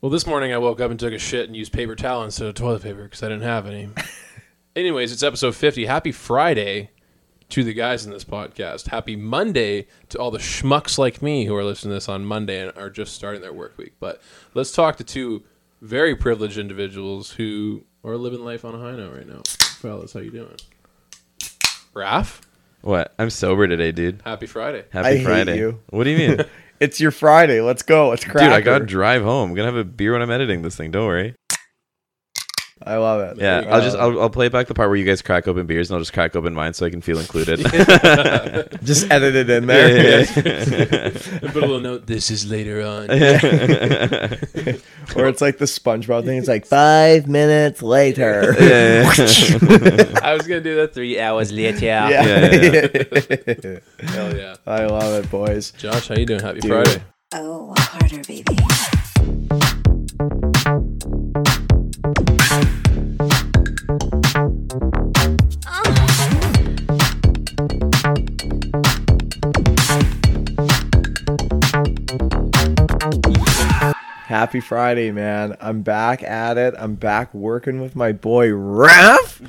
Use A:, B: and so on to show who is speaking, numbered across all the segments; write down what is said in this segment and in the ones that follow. A: Well, this morning I woke up and took a shit and used paper towel instead of toilet paper because I didn't have any. Anyways, it's episode 50. Happy Friday to the guys in this podcast. Happy Monday to all the schmucks like me who are listening to this on Monday and are just starting their work week. But let's talk to two very privileged individuals who are living life on a high note right now. Fellas, how you doing? Raph,
B: What? I'm sober today, dude.
A: happy Friday.
B: Happy
C: I hate
B: Friday.
C: you.
B: What do you mean? dude,
C: It's your Friday. Let's go. Let's crack.
B: I got to drive home. I'm gonna have a beer when I'm editing this thing. Don't worry.
C: I love it.
B: Yeah,
A: you
B: I'll
A: go.
B: just I'll, I'll play back the part where you guys crack open beers, and I'll just crack open mine so I can feel included.
C: Just edit it in there.
B: Yeah.
A: And put a little note, this is later on.
C: Or it's like the SpongeBob thing. It's like five minutes later.
B: Yeah.
A: I was going to do that three hours later. Yeah.
B: Yeah,
A: Hell yeah.
C: I love it, boys.
A: Josh, how you doing? Happy
C: Dude.
A: Friday.
D: Oh, harder, baby.
C: Happy Friday, man. I'm back at it. I'm back working with my boy Raph.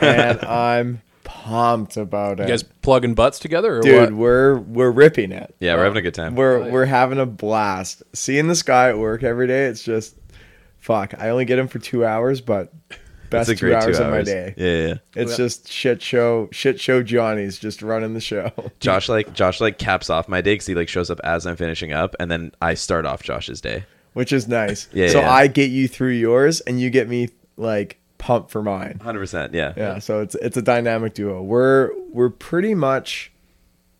C: and I'm pumped about it.
A: You guys plugging butts together or
C: Dude,
A: what?
C: we're we're ripping it.
B: Yeah, we're having a good time.
C: We're we're having a blast. Seeing this guy at work every day, it's just fuck. I only get him for two hours, but best
B: It's a
C: two,
B: great
C: hours
B: two hours
C: of my day.
B: Yeah, yeah, yeah.
C: It's just shit show shit show Johnny's just running the show.
B: Josh like Josh like caps off my day because he like shows up as I'm finishing up, and then I start off Josh's day.
C: Which is nice.
B: Yeah,
C: so
B: yeah.
C: I get you through yours and you get me like pumped for mine.
B: Hundred percent. Yeah.
C: Yeah, so it's it's a dynamic duo. We're we're pretty much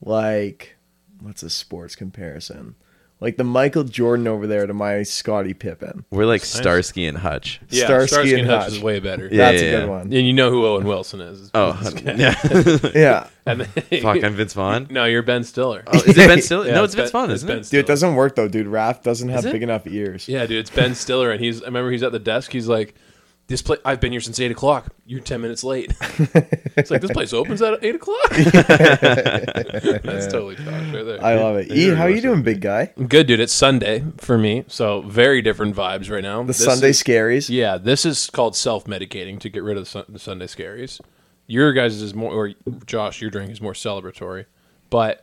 C: like what's a sports comparison? Like the Michael Jordan over there to my Scotty Pippen.
B: We're like Starsky and Hutch.
A: yeah, Starsky,
C: Starsky
A: and,
C: and
A: Hutch
C: Hutch.
A: is way better.
B: Yeah,
C: That's
B: yeah,
C: a good
B: yeah.
C: one.
A: And you know who Owen Wilson is.
B: Oh, yeah.
C: Yeah.
A: And then-
B: Fuck, I'm Vince Vaughn.
A: No, you're Ben Stiller.
B: Oh, is it Ben Stiller?
A: Yeah,
B: no, it's Vince
A: Ben-
B: Vaughn,
A: it's
B: isn't
A: Ben
B: it?
C: Dude,
A: Stiller.
C: it doesn't work though, dude. Raph doesn't have
B: it?
C: big enough ears.
A: Yeah, dude, it's Ben Stiller, and he's. I remember he's at the desk. He's like, "This place. I've been here since eight o'clock. You're ten minutes late." it's like this place opens at eight o'clock. That's totally Josh right there.
C: I love it. E, how you doing, big guy?
A: Good, dude. It's Sunday for me, so very different vibes right now.
C: The Sunday
A: Is,
C: scaries.
A: yeah, this is called self-medicating to get rid of the, sun, the Sunday scaries. Your guys is more, or Josh, your drink is more celebratory, but.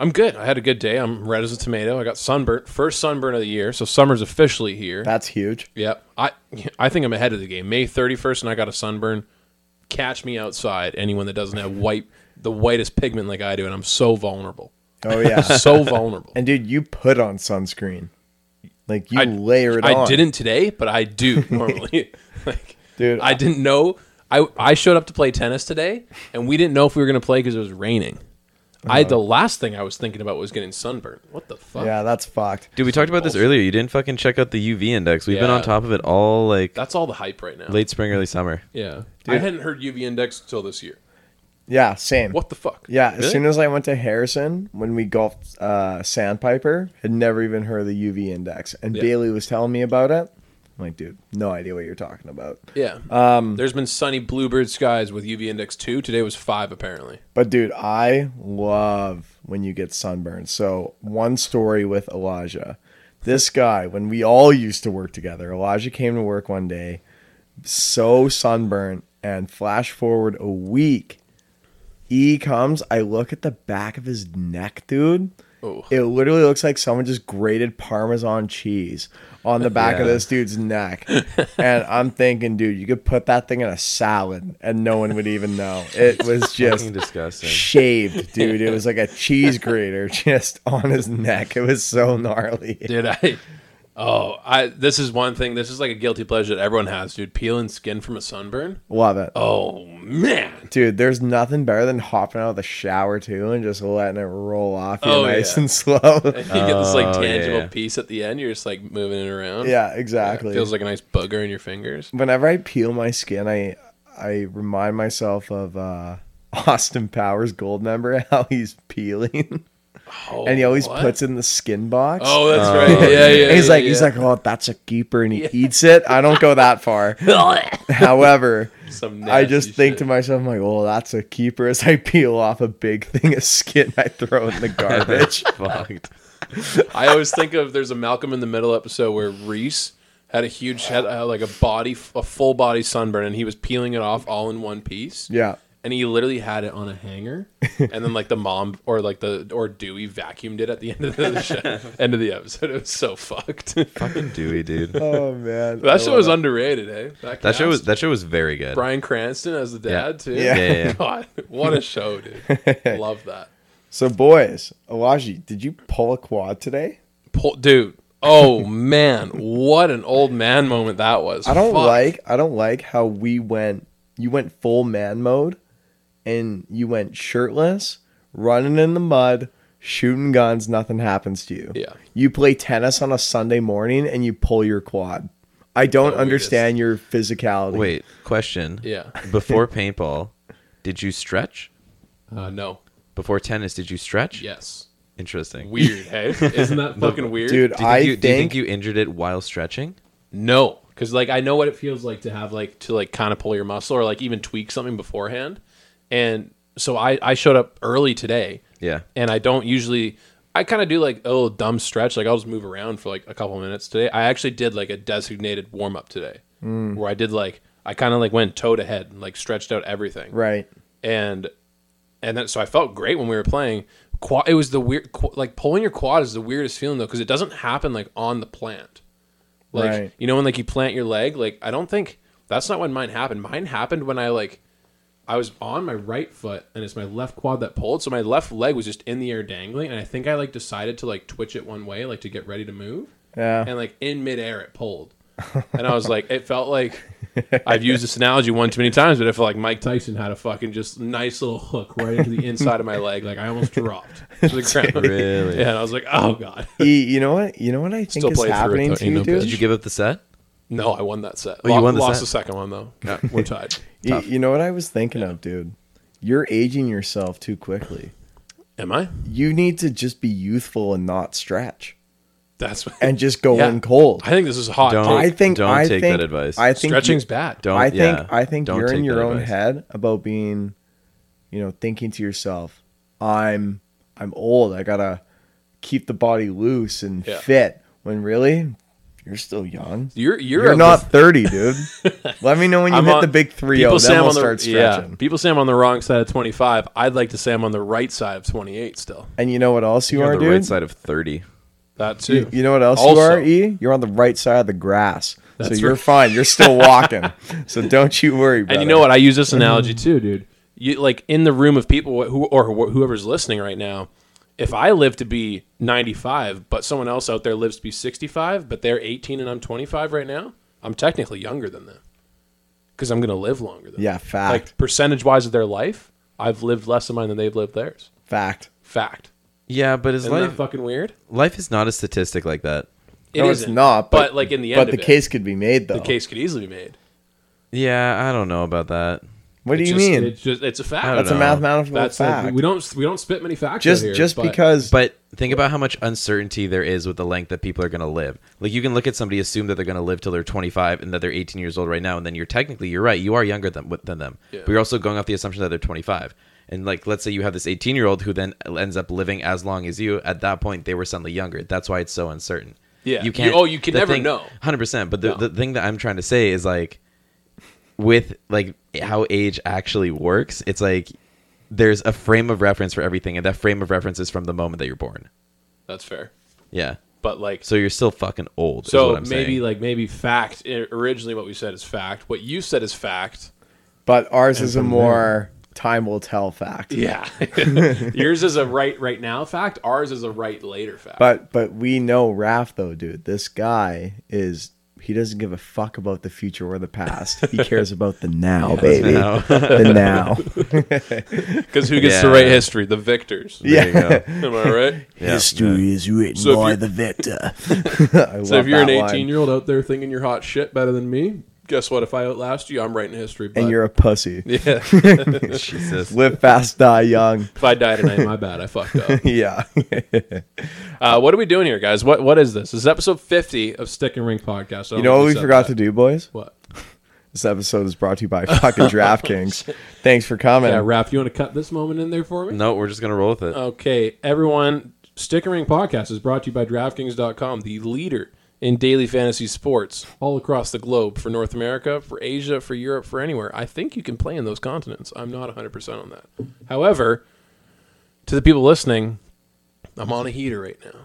A: I'm good. I had a good day. I'm red as a tomato. I got sunburnt. First sunburn of the year. So summer's officially here.
C: That's huge.
A: Yep. I I think I'm ahead of the game. May 31st and I got a sunburn. Catch me outside. Anyone that doesn't have white the whitest pigment like I do and I'm so vulnerable.
C: Oh yeah.
A: So vulnerable.
C: and dude, you put on sunscreen. Like you
A: I,
C: layer it
A: I
C: on.
A: didn't today, but I do normally. like
C: Dude,
A: I didn't know I I showed up to play tennis today and we didn't know if we were going to play cuz it was raining. I the last thing I was thinking about was getting sunburned. What the fuck?
C: Uh-huh. Yeah, that's fucked.
B: Dude, we talked about this earlier. You didn't fucking check out the UV index. We've been
A: Yeah.
B: on top of it all like
A: That's all the hype right now.
B: late spring, early summer.
A: Yeah. I hadn't heard UV index until this year.
C: Yeah, same.
A: What the fuck?
C: Yeah,
B: Really?
C: as soon as I went to Harrison when we golfed uh, Sandpiper, had never even heard of the UV index, and
A: Yeah.
C: Bailey was telling me about it. I'm like, dude, no idea what you're talking about.
A: Yeah. Um, There's been sunny bluebird skies with UV index two. Today was five apparently.
C: But dude, I love when you get sunburned. So one story with Elijah. This guy, when we all used to work together, Elijah came to work one day, so sunburnt, and flash forward a week. E comes, I look at the back of his neck, dude.
A: Oh.
C: It literally looks like someone just grated Parmesan cheese on the back of
B: Yeah.
C: this dude's neck. and I'm thinking, dude, you could put that thing in a salad and no one would even know. It was just
B: Fucking disgusting.
C: shaved, dude. It was like a cheese grater just on his neck. It was so gnarly.
A: Did I? Oh, I. This is one thing. This is like a guilty pleasure that everyone has, dude. Peeling skin from a sunburn.
C: Love it.
A: Oh man.
C: Dude, there's nothing better than hopping out of the shower too and just letting it roll off you
A: Oh,
C: nice
A: yeah.
C: and slow.
A: You get this like
B: Oh, yeah,
A: tangible
B: yeah.
A: piece at the end. You're just like moving it around.
C: yeah,
A: Yeah,
C: exactly.
A: It feels like a nice booger in your fingers.
C: Whenever I peel my skin, I I remind myself of uh Austin Powers gold member, how he's peeling.
A: Oh,
C: and he always
A: what?
C: puts it in the skin box.
A: Oh, that's right. Yeah, yeah.
C: And he's
A: yeah,
C: like,
A: yeah.
C: he's like, oh, that's a keeper, and he eats it. I don't go that far. However,
A: Some
C: I
A: nasty
C: just think to
A: shit.
C: myself, I'm like, well, that's a keeper. As I peel off a big thing of skin, I throw it in the garbage.
B: Fucked.
A: I always think of there's a Malcolm in the Middle episode where Reese had a huge had uh, like a body a full body sunburn and he was peeling it off all in one piece.
C: Yeah.
A: And he literally had it on a hanger, and then like the mom or like the or Dewey vacuumed it at the end of the show, end of the episode. It was so fucked.
B: Fucking Dewey, dude.
C: Oh man,
A: that show was underrated, eh?
B: That show was
A: cast.
B: that show was very good.
A: Brian Cranston as the dad too.
B: Yeah, yeah, yeah.
A: God, what a show, dude! Love that.
C: So boys, Elijah, did you pull a quad today?
A: Po- dude. Oh man, what an old man moment that was.
C: I don't
A: Fuck.
C: like I don't like how we went you went full man mode and you went shirtless, running in the mud, shooting guns, nothing happens to you.
A: Yeah.
C: You play tennis on a Sunday morning and you pull your quad. I don't
A: The
C: understand your physicality.
B: Wait, question.
A: Yeah.
B: Before paintball, did you stretch?
A: Uh, no.
B: Before tennis, did you stretch?
A: Yes.
B: Interesting.
A: Weird, hey? Isn't that fucking weird?
B: Do
C: Dude,
B: you, think
C: I
B: you,
C: think,
B: do you think you injured it while stretching?
A: No, because like I know what it feels like to have like to like kind of pull your muscle or like even tweak something beforehand, and so I I showed up early today.
B: Yeah.
A: and I don't usually. I kind of do like a little dumb stretch, like I'll just move around for like a couple minutes today. I actually did like a designated warm up today, where I did like I kind of like went toe to head and like stretched out everything.
C: right.
A: and and then so I felt great when we were playing. Quad, it was the weird qu- like pulling your quad is the weirdest feeling though because it doesn't happen like on the plant. Like
C: Right.
A: you know when like you plant your leg, like I don't think that's not when mine happened. Mine happened when I like I was on my right foot and it's my left quad that pulled, so my left leg was just in the air dangling, and I think I like decided to like twitch it one way, like to get ready to move,
C: Yeah.
A: and like in midair it pulled, and I was like, it felt like I've used this analogy one too many times, but I felt like Mike Tyson had a fucking just nice little hook right into the inside of my leg, like I almost dropped to the ground.
B: Really?
A: Yeah, and I was like, oh god,
C: E, you know what? You know what I think
A: Still
C: is
A: play through it,
C: happening
A: though,
C: to
A: ain't
C: you,
A: no
C: dude.
B: Did you give up the set?
A: no, I won that set.
B: Oh, you
A: Lo-
B: won the
A: lost
B: set?
A: the second one though. We're tied.
C: You, you know what I was thinking of, dude? You're aging yourself too quickly.
A: Am I?
C: You need to just be youthful and not stretch
A: That's
C: and just go
A: Yeah.
C: in cold.
A: I think this is a hot.
B: Don't-
A: take.
C: I think
B: don't
C: I
B: take
C: think,
B: that advice.
C: I think
A: Stretching's
C: you-
A: bad.
B: Don't.
C: I think
B: yeah,
C: I think
B: don't
C: you're in
B: take
C: your
B: that
C: own
B: advice.
C: head about being, you know, thinking to yourself, "I'm I'm old. I gotta keep the body loose and
A: Yeah.
C: fit." When really, you're still young.
A: You're you're,
C: You're,
A: a-
C: not 30, dude. Let me know when you
A: I'm
C: hit
A: on-
C: the big three zero.
A: say
C: Then
A: I'm
C: we'll
A: on the-
C: start stretching.
A: people say I'm on the wrong side of 25. I'd like to say I'm on the right side of 28 still.
C: And you know what else you
B: You're
C: are,
B: on the
C: dude?
B: right side of thirty.
A: That too.
C: You, you know what else
A: Also-
C: you are, E? You're on the right side of the grass. so
A: That's
C: you're
A: right.
C: fine. You're still walking. so don't you worry, brother.
A: and you know what? I use
C: Mm-hmm.
A: this analogy too, dude. You like in the room of people who or wh- whoever's listening right now. If I live to be 95, but someone else out there lives to be 65, but they're 18 and I'm 25 right now, I'm technically younger than them because I'm going to live longer than
C: Yeah,
A: them.
C: fact.
A: Like percentage wise of their life, I've lived less of mine than they've lived theirs.
C: Fact.
A: Fact.
B: Yeah, but his
A: Isn't
B: life
A: that fucking weird?
B: life is not a statistic like that.
C: no, it's
A: isn't,
C: not. But,
A: But, like in the
C: but
A: end,
C: the
A: of it,
C: case could be made though.
A: the case could easily be made.
B: Yeah, I don't know about that.
C: What do
A: It's
C: you
A: just-
C: mean?
A: It's just it's a fact.
B: I don't
C: That's a
B: know.
C: mathematical
A: That's
C: fact.
A: Like, we don't we don't spit many facts.
C: just
A: out here,
C: just
A: but-
C: because.
B: But think about how much uncertainty there is with the length that people are going to live. Like you can look at somebody, assume that they're going to live till they're 25 and that they're 18 years old right now, and then you're technically you're right, you are younger than with- than them.
A: Yeah.
B: But you're also going off the assumption that they're 25. And like let's say you have this 18 year old who then ends up living as long as you. At that point, they were suddenly younger. That's why it's so uncertain.
A: Yeah. You- oh, you can
B: the
A: never
B: thing-
A: know.
B: 100%. But the,
A: No.
B: the thing that I'm trying to say is like with like how age actually works, it's like there's a frame of reference for everything, and that frame of reference is from the moment that you're born.
A: that's fair.
B: Yeah.
A: But like
B: So you're still fucking old. is
A: so
B: what I'm
A: maybe
B: saying.
A: like maybe fact i- originally what we said is fact. What you said is fact.
C: but ours is a more time will tell fact.
A: Yeah. Yours is a right right now fact. Ours is a right later fact.
C: But but we know Raph though, dude. This guy is he doesn't give a fuck about the future or the past. He cares about the now, baby.
B: now.
C: the now.
A: because who gets to
B: Yeah.
A: write history? The victors.
C: yeah.
A: Am I right?
B: Yeah.
C: History is written
A: So if
C: by
A: you're-
C: the victor.
A: So if you're an 18 year old out there thinking you're hot shit better than me, guess what? If I outlast you, I'm writing history. But
C: and you're a pussy,
A: yeah.
B: Jesus.
C: live fast, die young.
A: if I die tonight, my bad. I fucked up.
C: yeah,
A: Uh, what are we doing here, guys? What what is this? This is episode fifty of Stick and Ring podcast.
C: you know what we forgot to do, boys.
A: What?
C: This episode is brought to you by
A: Oh,
C: fucking DraftKings. Thanks for coming.
A: Yeah, Raph, you want to cut this moment in there for me? Uh,
B: No, we're just gonna roll with it.
A: Okay, everyone, Stick and Ring Podcast is brought to you by DraftKings.com, the leader in daily fantasy sports all across the globe for North America, for Asia, for Europe, for anywhere. I think you can play in those continents. I'm not 100% on that. However, to the people listening, I'm on a heater right now.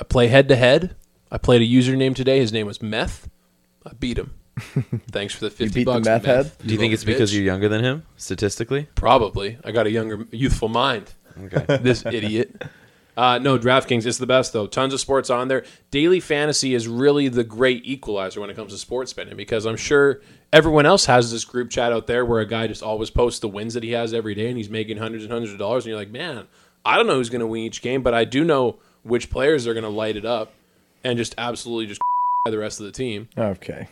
A: I play head to head. I played a username today. His name was Meth. I beat him. Thanks for the 50
C: beat the
A: bucks.
C: meth head?
B: Do you think
A: little
B: it's because
A: bitch.
B: you're younger than him, statistically?
A: Probably. I got a younger, youthful mind.
B: Okay.
A: this idiot. Uh, no, DraftKings is the best though. Tons of sports on there. Daily fantasy is really the great equalizer when it comes to sports betting because I'm sure everyone else has this group chat out there where a guy just always posts the wins that he has every day and he's making hundreds and hundreds of dollars and you're like, man, I don't know who's going to win each game, but I do know which players are going to light it up and just absolutely just the rest of the team.
C: Okay.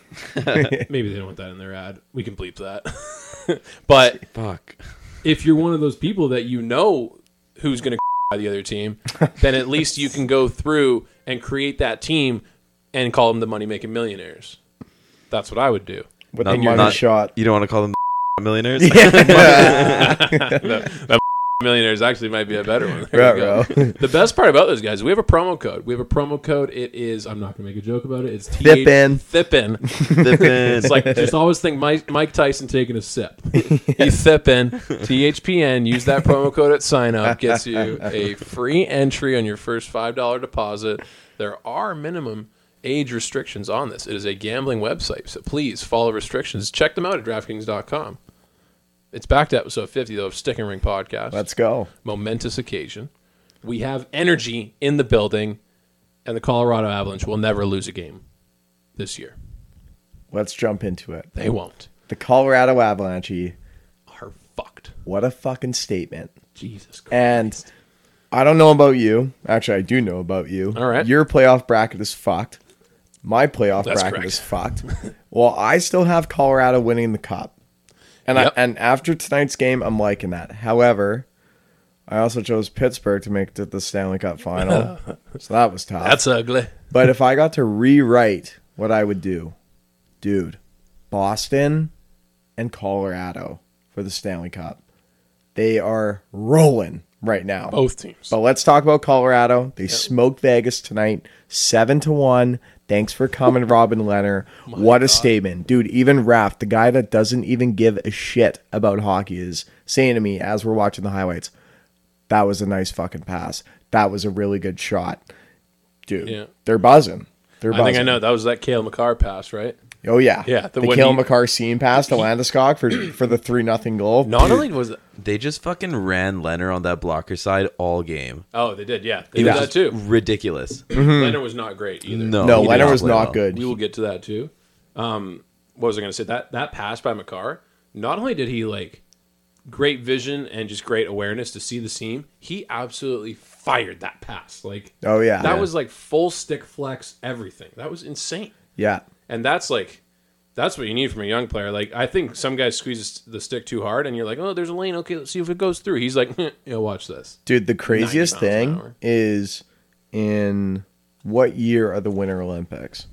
A: Maybe they don't want that in their ad. We can bleep that. but
B: Fuck.
A: if you're one of those people that you know who's going to the other team, then at least you can go through and create that team and call them the money making millionaires. That's what I would do.
C: With
B: Not-
C: the
B: you're
C: money
B: not-
C: shot.
B: You don't want to call them millionaires?
A: The millionaires actually might be a better one. There
C: Right,
A: we go. The best part about this, guys, we have a promo code. We have a promo code. It is. I'm not going to make a joke about it. It's
C: Thip in.
A: Thippin.
B: it's
A: It's like just always think Mike, Mike Tyson taking a sip. He's sipping THPN. Use that promo code at sign up gets you a free entry on your first five dollar deposit. There are minimum age restrictions on this. It is a gambling website, so please follow restrictions. Check them out at DraftKings.com. It's back to episode fifty though of Stick and Ring Podcast.
C: Let's go.
A: momentous occasion. We have energy in the building, and the Colorado Avalanche will never lose a game this year.
C: Let's jump into it.
A: They won't.
C: The Colorado Avalanche.
A: Are fucked.
C: What a fucking statement.
A: Jesus Christ.
C: And I don't know about you. Actually, I do know about you.
A: All right.
C: Your playoff bracket is fucked. My playoff
A: That's
C: bracket
A: correct.
C: is fucked. well, I still have Colorado winning the cup. And
A: Yep.
C: I, and after tonight's game, I'm liking that. However, I also chose Pittsburgh to make it to the Stanley Cup final. so that was tough.
A: That's ugly.
C: But if I got to rewrite what I would do, dude, Boston and Colorado for the Stanley Cup. They are rolling right now.
A: Both teams.
C: But let's talk about Colorado. They smoked Vegas tonight, seven to one. Thanks for coming, Robin Leonard. what a statement, dude! Even Raph, the guy that doesn't even give a shit about hockey, is saying to me as we're watching the highlights, "That was a nice fucking pass. That was a really good shot, dude.
A: Yeah.
C: They're buzzing. They're
A: I
C: buzzing.
A: think I know. That was that Kale McCarr pass, right?
C: Oh yeah,
A: Yeah, the-
C: The, the
A: when
C: Kale
A: he-
C: McCarr scene pass to Landeskog for for the three nothing goal.
A: Not
C: Dude,
A: only was it.
B: They just fucking ran Leonard on that blocker side all game.
A: Oh, they did. Yeah. They
B: It
A: did
B: was
A: that
B: just
A: too.
B: ridiculous.
A: Leonard was not great either.
B: No,
C: no,
B: he did
C: Leonard was
B: play
C: not
B: well.
C: good.
A: We will get to that too. Um, what was I going to say? That that pass by McCarr, not only did he like great vision and just great awareness to see the seam, he absolutely fired that pass. Like,
C: Oh yeah,
A: that was like full stick flex, everything. That was insane.
C: yeah.
A: And that's like, that's what you need from a young player. Like, I think some guys squeeze the stick too hard, and you're like, oh, there's a lane. Okay, let's see if it goes through. He's like, you know, watch this.
C: Dude, the craziest
A: miles an
C: thing
A: hour.
C: is in what year are the Winter Olympics?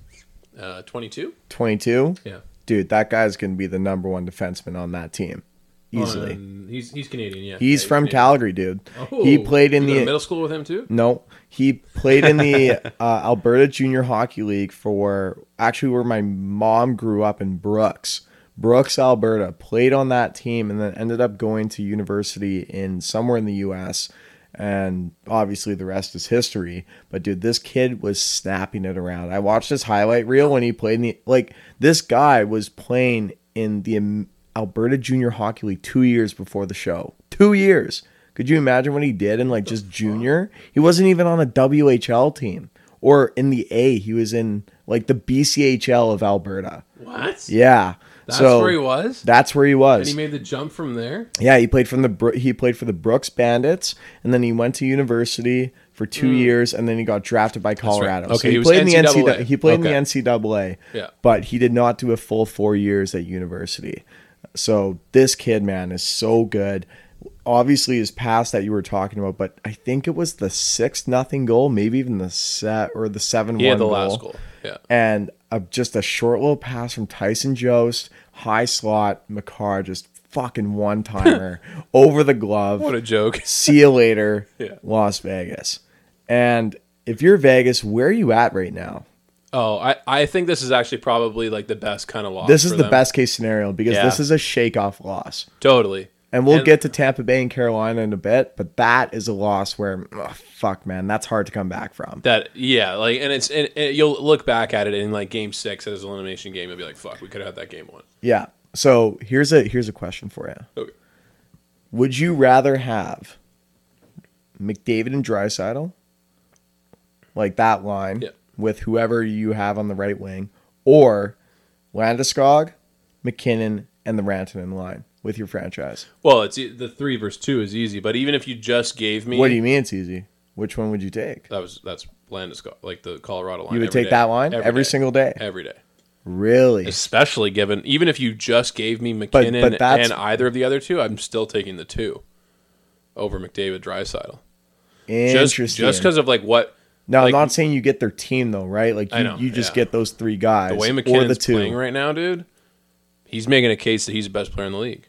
A: Uh, 22?
C: 22?
A: Yeah.
C: Dude, that guy's going to be the number one defenseman on that team easily.
A: Um, he's, he's Canadian, yeah.
C: He's
A: Yeah,
C: from
A: Canadian.
C: Calgary, dude.
A: Oh,
C: he played in
A: you go to
C: the
A: middle school with him, too?
C: No, he played in the uh, Alberta Junior Hockey League for actually where my mom grew up in Brooks, Brooks, Alberta. Played on that team and then ended up going to university in somewhere in the U.S. And obviously the rest is history. But dude, this kid was snapping it around. I watched his highlight reel when he played in the like. This guy was playing in the um, Alberta Junior Hockey League two years before the show. Two years. Could you imagine what he did in like just junior? He wasn't even on a WHL team or in the A. He was in like the BCHL of Alberta.
A: What?
C: Yeah.
A: That's
C: so
A: where he was?
C: That's where he
A: and
C: was.
A: he made the jump from there?
C: yeah, he played from the Bro- he played for the Brooks Bandits and then he went to university for 2 years and then he got drafted
A: Hmm.
C: by
A: right.
C: Colorado.
A: Okay,
C: so he,
A: he was
C: played in the
A: NCAA.
C: NCAA. He played
A: Okay.
C: in the NCAA.
A: Yeah.
C: But he did not do a full 4 years at university. So this kid man is so good. Obviously his pass that you were talking about, but I think it was the 6 nothing goal, maybe even the set or the 7
A: He
C: 1
A: had the
C: goal
A: last goal. Yeah.
C: and a, just a short little pass from Tyson Jost, high slot, McCarr just fucking one timer over the glove.
A: What a joke.
C: See you later,
A: Yeah.
C: Las Vegas. And if you're Vegas, where are you at right now?
A: Oh, I, I think this is actually probably like the best kind of loss.
C: This is
A: for
C: the
A: them.
C: best case scenario because
A: Yeah.
C: this is a shake-off loss.
A: Totally.
C: And we'll
A: And-
C: get to Tampa Bay and Carolina in a bit, but that is a loss where, ugh, fuck, man, that's hard to come back from.
A: That yeah, like and it's and, and you'll look back at it in like game six as an elimination game and be like, fuck, we could have had that game won.
C: Yeah. So here's a here's a question for you.
A: Okay.
C: Would you rather have McDavid and Drysidle, like that line,
A: Yeah.
C: with whoever you have on the right wing, or Landeskog, McKinnon, and the Rantanen line with your franchise?
A: Well, it's e- the three versus two is easy, but even if you just gave me
C: What do you mean it's easy? Which one would you take?
A: that was that's Landeskog, like the Colorado line.
C: You would
A: every
C: take
A: day.
C: that line every
A: day.
C: single day?
A: every day.
C: Really?
A: Especially given even if you just gave me
C: but
A: McKinnon
C: that's-
A: and either of the other two, I'm still taking the two over McDavid Drysidle. Just
C: Interesting.
A: just because of like what
C: Now,
A: like-
C: I'm not saying you get their team though, right? Like
A: I
C: you,
A: know,
C: you just
A: yeah.
C: get those three guys
A: the way
C: or
A: McKinnon's
C: the two.
A: playing right now, dude, he's making a case that he's the best player in the league.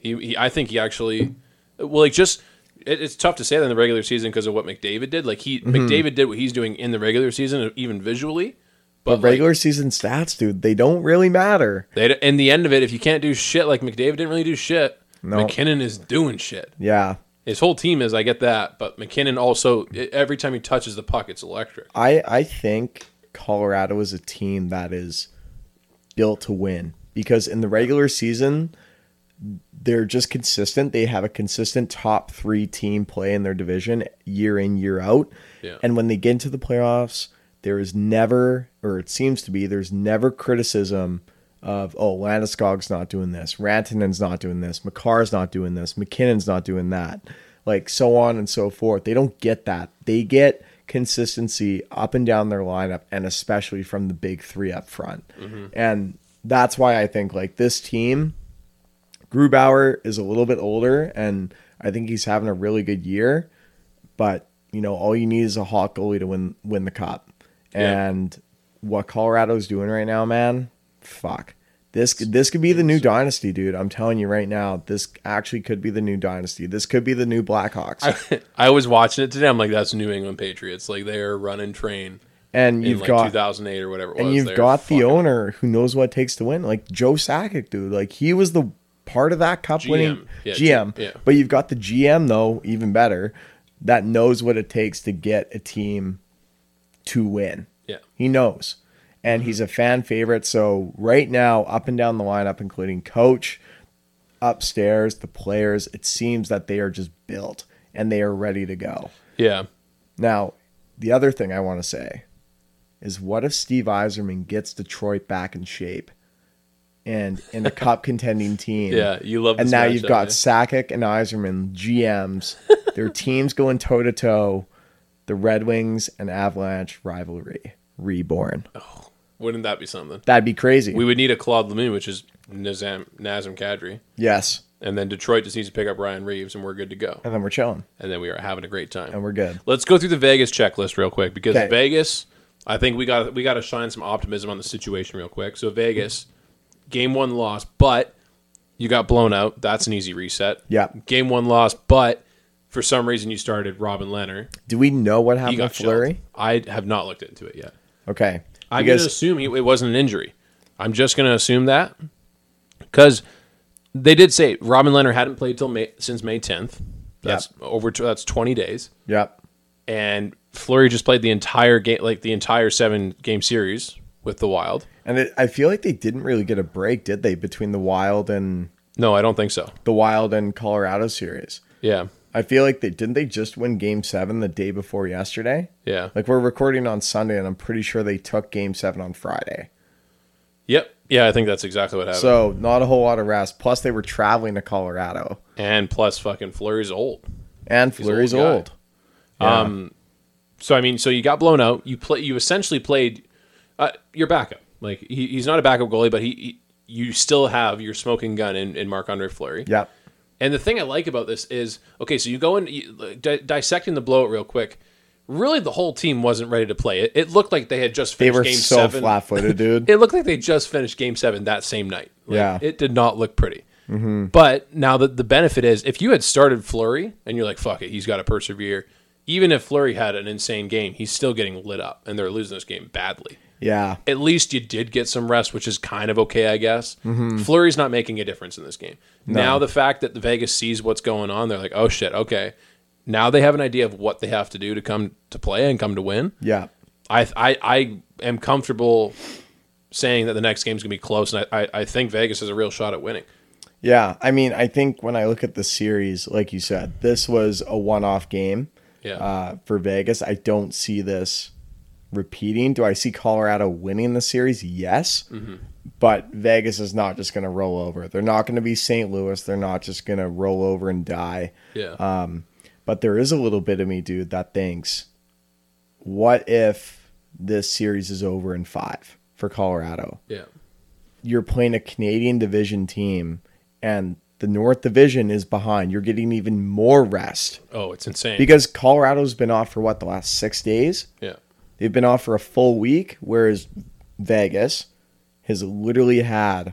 A: He, he I think he actually, well, like just it, it's tough to say that in the regular season because of what McDavid did. Like he
C: Mm-hmm.
A: McDavid did what he's doing in the regular season, even visually. But,
C: But regular season stats, dude, they don't really matter.
A: like, they, in the end of it, if you can't do shit like McDavid didn't really do shit,
C: No.
A: McKinnon is doing shit.
C: Yeah.
A: His whole team is. I get that, but McKinnon also e- every time he touches the puck, it's electric.
C: I I think Colorado is a team that is built to win because in the regular season they're just consistent. They have a consistent top 3 team play in their division year in year out.
A: Yeah.
C: And when they get into the playoffs, there is never or it seems to be there's never criticism of oh Landeskog's not doing this, Rantanen's not doing this, McCarr's not doing this, McKinnon's not doing that, like so on and so forth. They don't get that. They get consistency up and down their lineup, and especially from the big three up front. And that's why I think like this team, Grubauer is a little bit older, and I think he's having a really good year. But you know, all you need is a hot goalie to win win the cup.
A: Yeah.
C: And what Colorado's doing right now, man, fuck. This this could be the new dynasty, dude. I'm telling you right now, this actually could be the new dynasty. This could be the new Blackhawks.
A: I was watching it today. I'm like, that's New England Patriots. Like they are running train.
C: and
A: in
C: you've
A: like
C: got
A: 2008 or whatever it was.
C: and
A: They
C: you've
A: were
C: got the
A: fucking-
C: owner who knows what it takes to win, like Joe Sakic, dude. Like he was the part of that cup winning
A: Yeah,
C: GM.
A: G- yeah.
C: But you've got the GM though, even better, that knows what it takes to get a team to win.
A: Yeah.
C: He knows. And he's a fan favorite. So right now, up and down the lineup, including coach, upstairs, the players, it seems that they are just built and they are ready to go.
A: Yeah.
C: Now, the other thing I want to say is what if Steve Eiserman gets Detroit back in shape and in a cup contending team?
A: Yeah. You love
C: And
A: this
C: now you've
A: matchup,
C: got
A: eh?
C: Sakic and Eiserman, GMs, their teams going toe to toe, the Red Wings and Avalanche rivalry reborn.
A: Wouldn't that be something?
C: That'd be crazy.
A: Oh. We would need a Claude Lemieux, which is Nazam, Nazem Kadri.
C: yes.
A: And then Detroit just needs to pick up Ryan Reeves and we're good to go.
C: And then we're chilling
A: And then we are having a great time.
C: and we're good.
A: Let's go through the Vegas checklist real quick because
C: Okay.
A: Vegas, I think we got we got to shine some optimism on the situation real quick. So Vegas, game one loss, but you got blown out. That's an easy reset.
C: Yeah.
A: Game one loss, but for some reason you started Robin Leonard.
C: Do we know what
A: He
C: happened to
A: got flurry.
C: Flurry?
A: I have not looked into it yet.
C: Okay.
A: I'm
C: Because-
A: gonna assume he, it wasn't an injury. I'm just gonna assume that because they did say Robin Leonard hadn't played till May, since May 10th. That's over. T- that's 20 days,
C: Yep.
A: and Flurry just played the entire game, like the entire seven game series with the Wild.
C: And it, I feel like they didn't really get a break, did they, between the Wild and
A: No, I don't think so.
C: the Wild and Colorado series?
A: Yeah,
C: I feel like they didn't they just win Game Seven the day before yesterday.
A: yeah,
C: Like we're recording on Sunday, and I'm pretty sure they took Game Seven on Friday.
A: yep, yeah. I think that's exactly what happened.
C: So not a whole lot of rest. Plus they were traveling to Colorado,
A: and plus, fucking Flurry's old. an
C: and Fleury's
A: old guy.
C: old.
A: So I mean, so you got blown out. You play. You essentially played uh, your backup. Like he, he's not a backup goalie, but he, he you still have your smoking gun in, in Marc Andre Fleury.
C: Yep.
A: And the thing I like about this is, okay, so you go in you, di- dissecting the blowout real quick. Really, the whole team wasn't ready to play. It, it looked like they had just
C: They
A: finished
C: were
A: game
C: so
A: seven.
C: flat-footed, dude.
A: It looked like they just finished game seven that same night. Like,
C: Yeah.
A: It did not look pretty. But now the, the benefit is if you had started Flurry and you're like, fuck it, he's got to persevere, even if Flurry had an insane game, he's still getting lit up, and they're losing this game badly.
C: Yeah.
A: At least you did get some rest, which is kind of okay, I guess. Flurry's not making a difference in this game. Now the fact that the Vegas sees what's going on, they're like, oh shit, okay. Now they have an idea of what they have to do to come to play and come to win.
C: Yeah.
A: I I, I am comfortable saying that the next game's gonna be close, and I, I, I think Vegas has a real shot at winning.
C: Yeah. I mean, I think when I look at the series, like you said, this was a one off game
A: Yeah.
C: uh, for Vegas. I don't see this repeating. Do I see Colorado winning the series? Yes. But Vegas is not just going to roll over. They're not going to be St. Louis. They're not just going to roll over and die.
A: yeah.
C: uh, But there is a little bit of me, dude, that thinks, what if this series is over in five for Colorado?
A: yeah.
C: You're playing a Canadian division team and the North Division is behind. You're getting even more rest
A: Oh, it's insane.
C: because Colorado's been off for what, the last six days?
A: yeah.
C: They've been off for a full week, whereas Vegas has literally had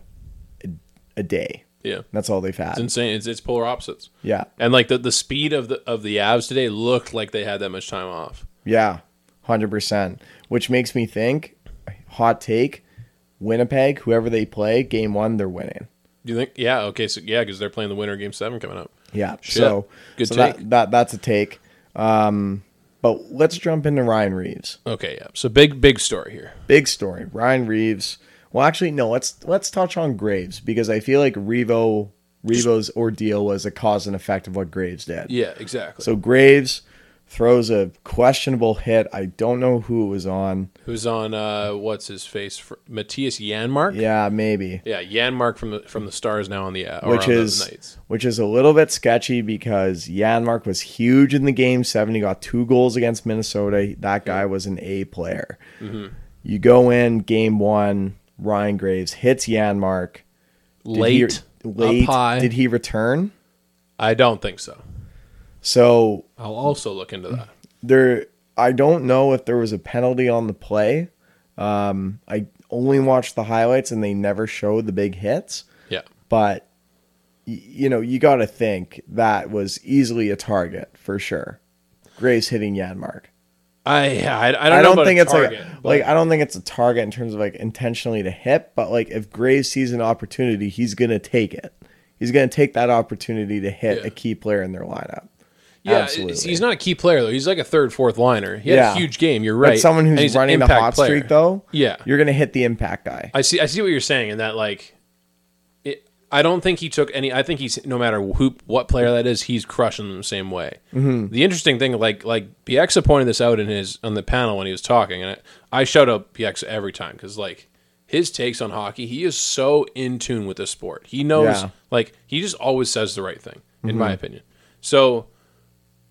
C: a, a day.
A: Yeah.
C: That's all they've
A: It's
C: had.
A: insane. It's, it's polar opposites.
C: Yeah.
A: And like the, the speed of the of the Avs today looked like they had that much time off.
C: Yeah, hundred percent. Which makes me think, hot take, Winnipeg, whoever they play, game one, they're winning.
A: Do you think? Yeah. Okay. So yeah, because they're playing the winner of game seven coming up.
C: Yeah.
A: Shit.
C: So
A: Good
C: so
A: take.
C: That, that that's a take. Um, but let's jump into Ryan Reeves.
A: Okay. Yeah. So big big story here.
C: Big story. Ryan Reeves. Well, actually, no. Let's let's touch on Graves because I feel like Revo Revo's ordeal was a cause and effect of what Graves did.
A: Yeah. Exactly.
C: So Graves throws a questionable hit. I don't know who it was on.
A: Who's on? Uh, what's his face? Fr- Matthias Janmark.
C: Yeah, maybe.
A: Yeah. Janmark from the from the Stars now on the uh, or
C: which
A: on the
C: is
A: Knights.
C: which is a little bit sketchy because Yanmark was huge in the game seven. He got two goals against Minnesota. That guy was an A player. You go in game one. Ryan Graves hits Yanmark Did he-
A: late.
C: late.
A: Up high.
C: Did he return?
A: I don't think so.
C: So
A: I'll also look into that.
C: there, I don't know if there was a penalty on the play. Um, I only watched the highlights and they never showed the big hits.
A: Yeah.
C: but y- you know you got to think that was easily a target for sure graves hitting yanmark
A: I yeah, I, I don't,
C: i don't,
A: know about
C: think
A: a
C: it's
A: target,
C: like
A: but-
C: like i don't think it's a target in terms of like intentionally to hit but like if graves sees an opportunity he's gonna take it he's gonna take that opportunity to hit
A: Yeah.
C: a key player in their lineup
A: Yeah,
C: Absolutely.
A: it's- he's not a key player though. He's like a third, fourth liner. He had
C: Yeah.
A: a huge game. You're
C: but
A: right.
C: someone
A: And he's
C: who's
A: an
C: running the
A: impact
C: hot
A: player.
C: streak though
A: Yeah.
C: you're gonna hit the impact guy
A: I see. I see what you're saying, and that like, it, I don't think he took any. I think he's no matter who, what player that is, he's crushing them the same way. Mm-hmm. The interesting thing, like like Bieksa pointed this out in his on the panel when he was talking, and I, I shout out Bieksa every time because like his takes on hockey, he is so in tune with the sport. He knows
C: Yeah.
A: like he just always says the right thing, in my opinion. So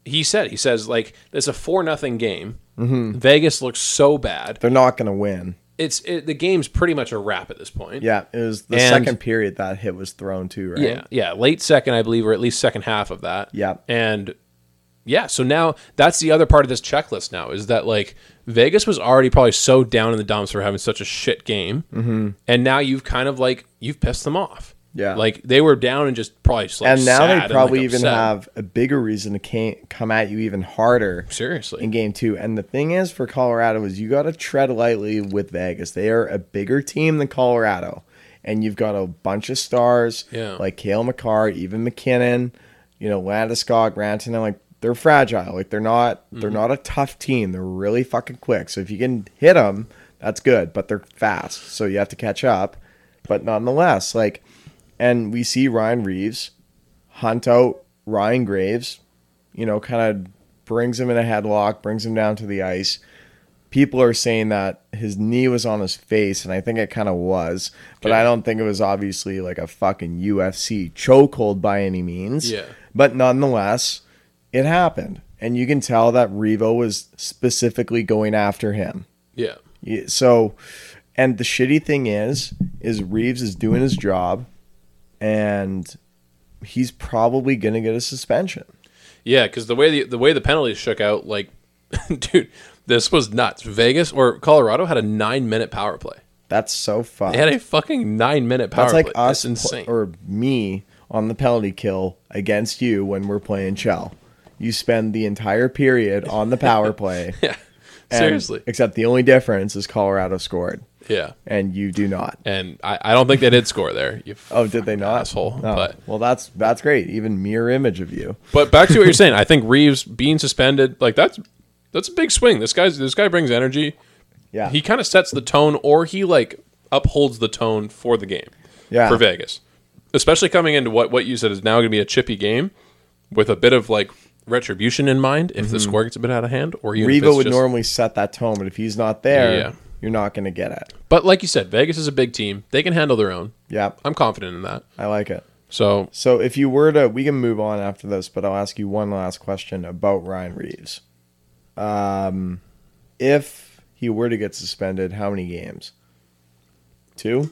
A: he said he says like it's a four nothing game. Vegas looks so bad.
C: they're not gonna win
A: It's it, the game's pretty much a wrap at this point.
C: yeah it was the
A: And-
C: second period that hit was thrown to right
A: Yeah, yeah, late second, I believe, or at least second half of that.
C: Yeah.
A: and yeah, so now that's the other part of this checklist. Now is that like Vegas was already probably so down in the dumps for having such a shit game, mm-hmm. and now you've kind of like you've pissed them off.
C: Yeah.
A: like they were down and just probably just, like,
C: and now
A: sad and,
C: they
A: like,
C: probably even
A: upset.
C: have a bigger reason to can come at you even harder
A: seriously.
C: in game two. And the thing is for Colorado is you got to tread lightly with Vegas. They are a bigger team than Colorado, and you've got a bunch of stars
A: Yeah.
C: like Kale McCarr, even McKinnon, you know Landeskog, Rantanen. Like they're fragile. Like they're not they're not a tough team. They're really fucking quick. So if you can hit them, that's good. But they're fast, so you have to catch up. But nonetheless, like, and we see Ryan Reeves hunt out Ryan Graves, you know, kind of brings him in a headlock, brings him down to the ice. People are saying that his knee was on his face, and I think it kind of was, but
A: Okay.
C: I don't think it was obviously like a fucking UFC chokehold by any means.
A: Yeah.
C: But nonetheless, it happened. And you can tell that Revo was specifically going after him.
A: Yeah,
C: Yeah, So, and the shitty thing is, is Reeves is doing his job, and he's probably gonna get a suspension.
A: yeah, because the way the, the way the penalties shook out, like, dude, this was nuts. Vegas or Colorado had a nine minute power play.
C: That's so fucked.
A: They had a fucking nine minute power
C: That's
A: play.
C: like us
A: That's insane.
C: or me on the penalty kill against you when we're playing Chell. You spend the entire period on the power play.
A: Yeah.
C: and-
A: Seriously.
C: Except the only difference is Colorado scored,
A: Yeah.
C: and you do not.
A: And I, I don't think they did score there. You
C: Oh, did they not?
A: Asshole.
C: Oh,
A: But
C: well, that's that's great. Even mirror image of you.
A: But back to what you're saying, I think Reeves being suspended, like that's that's a big swing. This guy's this guy brings energy.
C: Yeah.
A: He kind of sets the tone, or he like upholds the tone for the game.
C: Yeah.
A: For Vegas, especially coming into what what you said is now going to be a chippy game with a bit of like retribution in mind if the score gets a bit out of hand, or even if
C: Mm-hmm. Reba
A: it's
C: would
A: just-
C: normally set that tone, but if he's not there,
A: Yeah.
C: you're not going to get it.
A: But like you said, Vegas is a big team; they can handle their own.
C: Yep.
A: I'm confident in that.
C: I like it.
A: So
C: So if you were to, we can move on after this, but I'll ask you one last question about Ryan Reeves. Um, if he were to get suspended, how many games? Two.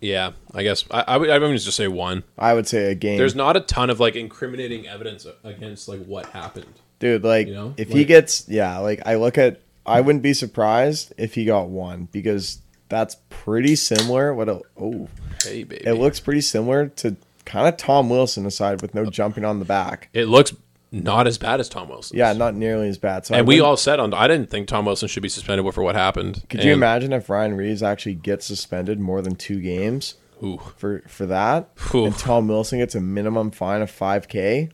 A: yeah, I guess I, I would I would just say one.
C: I would say a game.
A: There's not a ton of like incriminating evidence against like what happened.
C: dude like
A: You know?
C: if he
A: Like-
C: gets yeah like i look at i wouldn't be surprised if he got one because that's pretty similar what a, oh
A: Hey, baby.
C: it looks pretty similar to kind of tom wilson aside with no jumping on the back
A: It looks not as bad as Tom Wilson.
C: yeah not nearly as bad so I
A: and we
C: wouldn't-
A: all said on. I didn't think Tom Wilson should be suspended for what happened.
C: could you
A: And-
C: imagine if ryan reeves actually gets suspended more than two games
A: Ooh.
C: for for that
A: Whew.
C: and tom wilson gets a minimum fine of 5k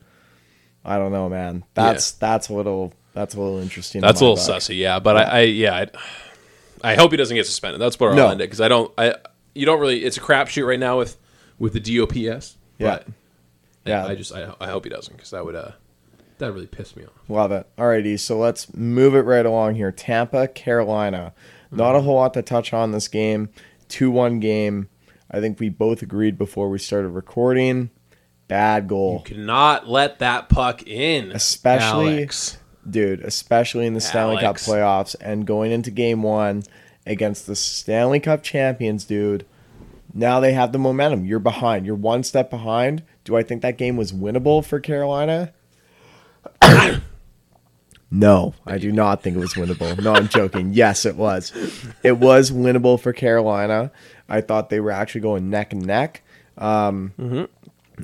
C: i don't know man that's that's a little that's a little interesting in
A: That's a
C: Oh my
A: little
C: book.
A: sussy, yeah. But I, I yeah, I, I hope he doesn't get suspended. That's where I'll
C: No.
A: end it because I don't. I you don't really. It's a crapshoot right now with with the DOPS.
C: Yeah.
A: but
C: Yeah.
A: I just I, I hope he doesn't because that would uh that really pissed me off.
C: Love it. Alrighty, so let's move it right along here. Tampa, Carolina. Not a whole lot to touch on this game. 2 1 game. I think we both agreed before we started recording. Bad goal.
A: Cannot let that puck in,
C: Especially-
A: Alex.
C: Dude, especially in the Stanley Cup
A: Alex.
C: playoffs and going into game one against the Stanley Cup champions, dude. Now they have the momentum. You're behind. You're one step behind. Do I think that game was winnable for Carolina? no, I do not think it was winnable. No, I'm joking. Yes, it was. It was winnable for Carolina. I thought they were actually going neck and neck. Um,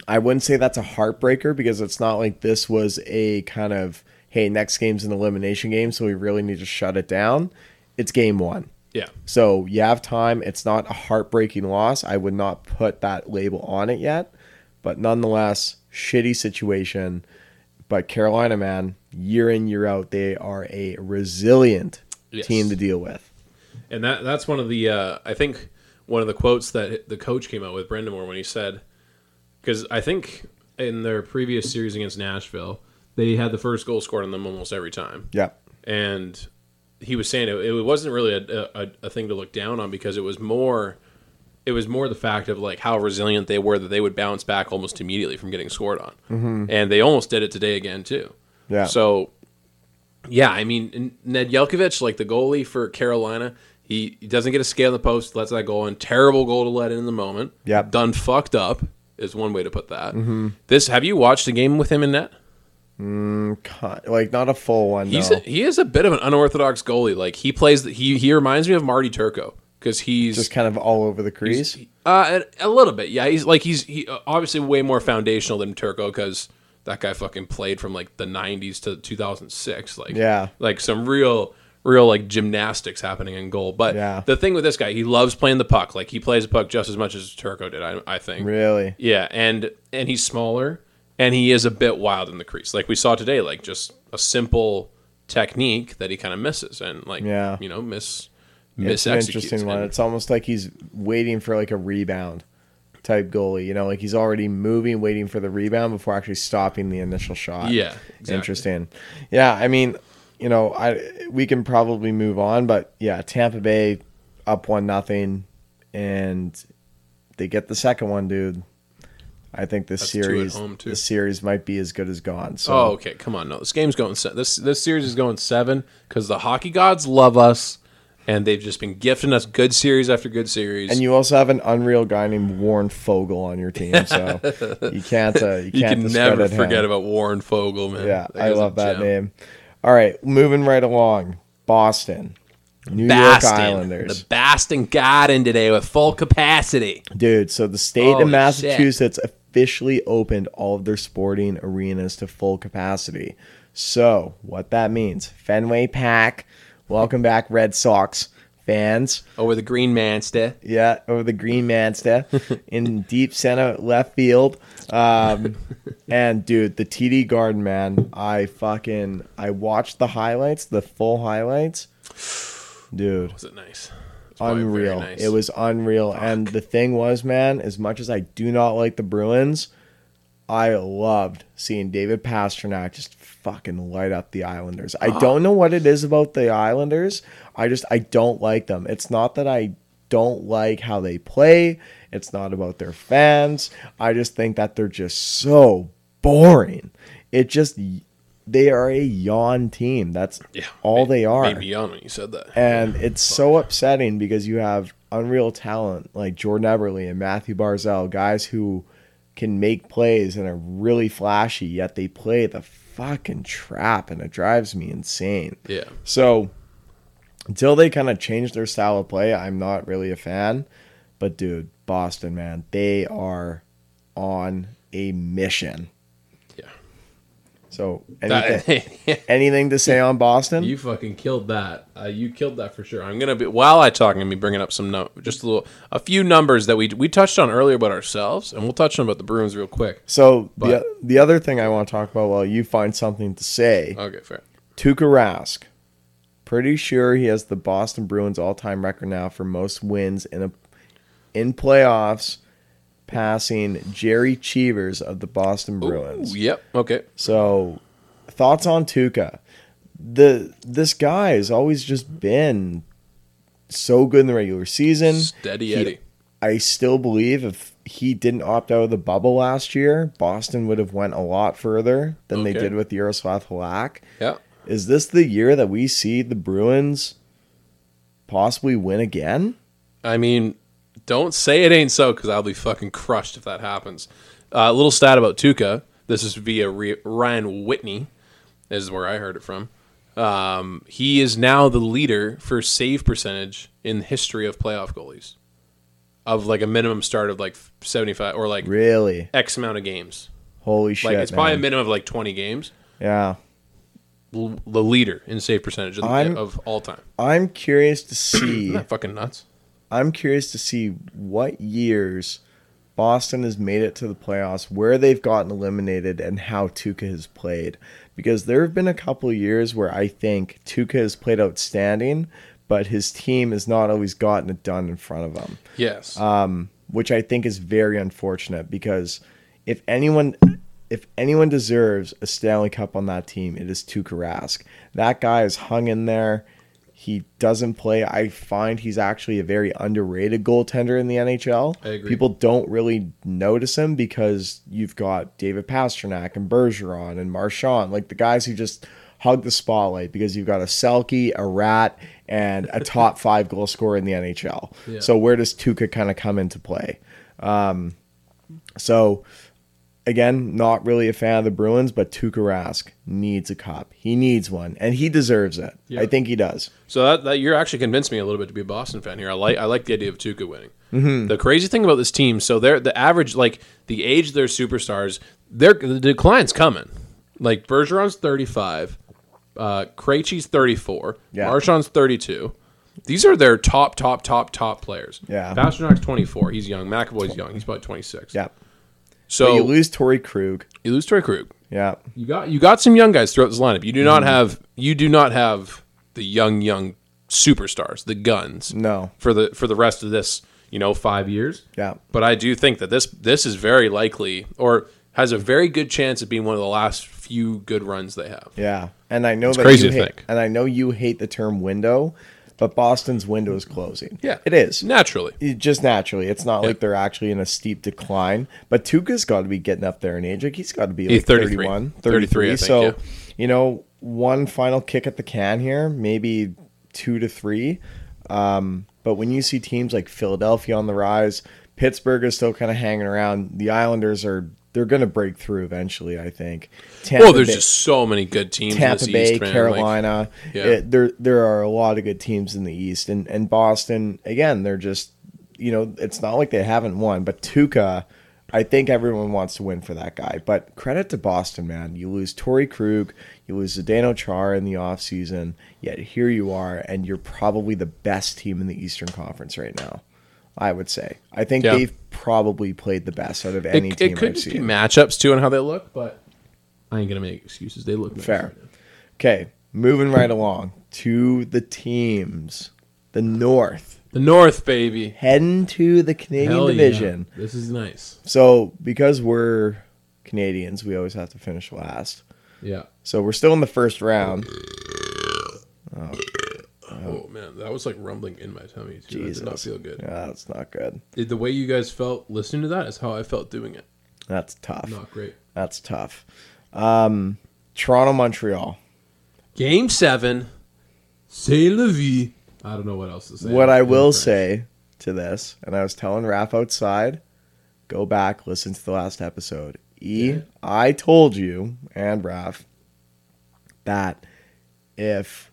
C: I wouldn't say that's a heartbreaker because it's not like this was a kind of, hey, next game's an elimination game, so we really need to shut it down. It's game one.
A: Yeah,
C: So you have time. It's not a heartbreaking loss. I would not put that label on it yet, but nonetheless, shitty situation. But Carolina, man, year in year out, they are a resilient
A: Yes.
C: team to deal with.
A: And that that's one of the uh, I think one of the quotes that the coach came out with Brendan Moore when he said because I think in their previous series against Nashville they had the first goal scored on them almost every time.
C: Yeah,
A: And he was saying it, it wasn't really a, a, a thing to look down on because it was more it was more the fact of like how resilient they were that they would bounce back almost immediately from getting scored on. And they almost did it today again too.
C: yeah.
A: So, yeah, I mean, N- Ned Jelkovic, like the goalie for Carolina, he, he doesn't get a scale in the post, lets that goal in. Terrible goal to let in in the moment.
C: Yep. Mm-hmm.
A: Done fucked up is one way to put that. This, have you watched a game with him in net?
C: Con- like not a full one.
A: He's
C: no.
A: a, he is a bit of an unorthodox goalie. Like he plays, the, he he reminds me of Marty Turco because he's
C: just kind of all over the crease.
A: Uh, a, a little bit, yeah. He's like he's he, uh, obviously way more foundational than Turco because that guy fucking played from like the '90s to 2006. Like
C: Yeah.
A: like some real real like gymnastics happening in goal. But
C: Yeah.
A: the thing with this guy, he loves playing the puck. Like he plays the puck just as much as Turco did. I, I think.
C: Really?
A: Yeah, and and he's smaller and he is a bit wild in the crease. Like we saw today, like just a simple technique that he kind of misses and like
C: Yeah.
A: you know miss miss
C: It's an interesting one. It's almost like he's waiting for like a rebound type goalie. You know, like he's already moving, waiting for the rebound before actually stopping the initial shot.
A: Yeah, exactly.
C: interesting. Yeah, I mean, you know, I we can probably move on, but yeah, Tampa Bay up one nothing, and they get the second one, dude. I think this
A: That's two at
C: series,
A: home, too.
C: this series might be as good as gone. So
A: Oh, okay. Come on, no. This game's going se- this this series is going seven because the hockey gods love us, and they've just been gifting us good series after good series.
C: And you also have an unreal guy named Warren Fogle on your team, so you can't uh, you,
A: you
C: can't
A: can never
C: discredit
A: forget
C: him.
A: about Warren Fogle, man.
C: Yeah,
A: That
C: I
A: guy's a
C: love that
A: gem.
C: name. All right, moving right along, Boston, New
A: Bastin,
C: York Islanders,
A: the Bastin got in today with full capacity.
C: dude. So the state
A: Holy
C: of Massachusetts officially opened all of their sporting arenas to full capacity. So, what that means, Fenway Pack, welcome back, Red Sox fans.
A: Over the green man, stay.
C: Yeah, over the Green Man stuff in deep center left field. Um, and dude, the TD Garden man, I fucking I watched the highlights, the full highlights. Dude,
A: Was it nice? It was probably very
C: unreal.
A: nice.
C: It was unreal. And the thing was, man, as much as I do not like the Bruins, I loved seeing David Pasternak just fucking light up the Islanders. I
A: Ah.
C: don't know what it is about the Islanders. I just I don't like them. It's not that I don't like how they play. It's not about their fans. I just think that they're just so boring. It just they are a yawn team. That's
A: Yeah,
C: all
A: made-
C: they are.
A: Made me yawn when you said that.
C: And it's so upsetting because you have unreal talent like Jordan Eberle and Matthew Barzell, guys who can make plays and are really flashy, yet they play the fucking trap and it drives me insane.
A: yeah,
C: So until they kind of change their style of play, I'm not really a fan. But dude, Boston, man, they are on a mission.
A: yeah.
C: So
A: That-
C: anything, anything to say on Boston?
A: You fucking killed that. Uh, you killed that for sure. I'm gonna be while I talk. I'm gonna be bringing up some no, just a little, a few numbers that we we touched on earlier about ourselves, and we'll touch on about the Bruins real quick.
C: So
A: But-
C: the the other thing I want to talk about while you find something to say,
A: Okay, fair.
C: Tuukka Rask. Pretty sure he has the Boston Bruins all-time record now for most wins in a in playoffs, passing Jerry Cheevers of the Boston Bruins.
A: Ooh, yep. Okay.
C: So, thoughts on Tuca? The this guy has always just been so good in the regular season.
A: Steady
C: He-
A: Eddie.
C: I still believe if he didn't opt out of the bubble last year, Boston would have went a lot further than they
A: Okay.
C: did with Yaroslav Halak.
A: Yeah.
C: Is this the year that we see the Bruins possibly win again?
A: I mean, don't say it ain't so because I'll be fucking crushed if that happens. uh, little stat about Tuca. This is via Re- Ryan Whitney, is where I heard it from. Um, he is now the leader for save percentage in the history of playoff goalies, of like a minimum start of like seventy five or like
C: Really?
A: X amount of games.
C: Holy shit!
A: Like it's probably a
C: man.
A: minimum of like twenty games.
C: yeah.
A: L- the leader in save percentage of,
C: I'm-
A: of all time.
C: I'm curious to see.
A: Isn't that fucking nuts?
C: I'm curious to see what years Boston has made it to the playoffs, where they've gotten eliminated, and how Tuca has played. Because there have been a couple of years where I think Tuca has played outstanding, but his team has not always gotten it done in front of them
A: Yes.
C: which I think is very unfortunate because if anyone if anyone deserves a Stanley Cup on that team, it is Tuukka Rask. That guy is hung in there. He doesn't play. I find he's actually a very underrated goaltender in the NHL.
A: I agree.
C: People don't really notice him because you've got David Pasternak and Bergeron and Marchand, like the guys who just hug the spotlight because you've got a Selkie, a Rat, and a top five goal scorer in the NHL.
A: Yeah.
C: So where does Tuca kind of come into play? Um, so again, not really a fan of the Bruins, but Tuca Rask needs a cup. He needs one, and he deserves it.
A: Yeah.
C: I think he does.
A: So that, that you're actually convinced me a little bit to be a Boston fan here. I like I like the idea of Tuca winning.
C: Mm-hmm.
A: The crazy thing about this team, so they're the average like the age of their superstars, their the decline's coming. Like Bergeron's 35, uh Krejci's 34,
C: Yeah.
A: Marchand's 32. These are their top top top top players.
C: Yeah.
A: Pasternak's 24, he's young. McAvoy's young. He's probably 26.
C: Yeah.
A: So
C: you lose Tori Krug.
A: you lose Troy Krug.
C: Yeah.
A: You got you got some young guys throughout this lineup. You do
C: Mm-hmm.
A: not have you do not have the young young superstars, the guns.
C: No.
A: For the for the rest of this, you know, 5 years.
C: Yeah.
A: But I do think that this this is very likely or has a very good chance of being one of the last few good runs they have.
C: Yeah. And I know that
A: crazy
C: you
A: to
C: hate,
A: think.
C: and I know you hate the term window, but Boston's window is closing. It is.
A: Naturally.
C: It- just naturally. It's not like they're actually in a steep decline. But Tuca's got to be getting up there in age. Like he's got to be
A: He's
C: like
A: 33.
C: 31, 33.
A: 33, I think,
C: so,
A: yeah.
C: you know, one final kick at the can here, maybe two to three. Um, but when you see teams like Philadelphia on the rise, Pittsburgh is still kind of hanging around. The Islanders are they're going to break through eventually. I think. Tampa
A: Oh, there's
C: Bay-
A: just so many good teams
C: Tampa
A: in this
C: Bay,
A: East, man. Like,
C: Carolina.
A: yeah.
C: It- there there are a lot of good teams in the East, and and Boston again. They're just you know it's not like they haven't won, but Tuca, I think everyone wants to win for that guy. But credit to Boston, man. You lose Torrey Krug, you lose Zdeno Char in the offseason, yet here you are, and you're probably the best team in the Eastern Conference right now. I would say. I think
A: Yeah.
C: they've probably played the best out of any
A: It,
C: team
A: it could
C: I've
A: just
C: seen.
A: be matchups too on how they look, but I ain't gonna make excuses. They look nice
C: Fair.
A: right now.
C: Okay, moving right along to the teams. The North
A: The North, baby.
C: heading to the Canadian
A: Hell yeah.
C: division.
A: This is nice.
C: So, because we're Canadians, we always have to finish last.
A: Yeah.
C: So, we're still in the first round.
A: Oh man, that was like rumbling in my tummy too. That did not
C: Uh-huh. Jesus.
A: feel good.
C: Yeah, that's not good.
A: It- The way you guys felt listening to that is how I felt doing it.
C: That's tough.
A: Not great.
C: That's tough. Um, Toronto, Montreal.
A: Game seven. C'est la vie. I don't know what else to say.
C: What I
A: In
C: will
A: French.
C: say to this, and I was telling Raph outside, go back, listen to the last episode. E, I
A: Yeah.
C: told you and Raph that if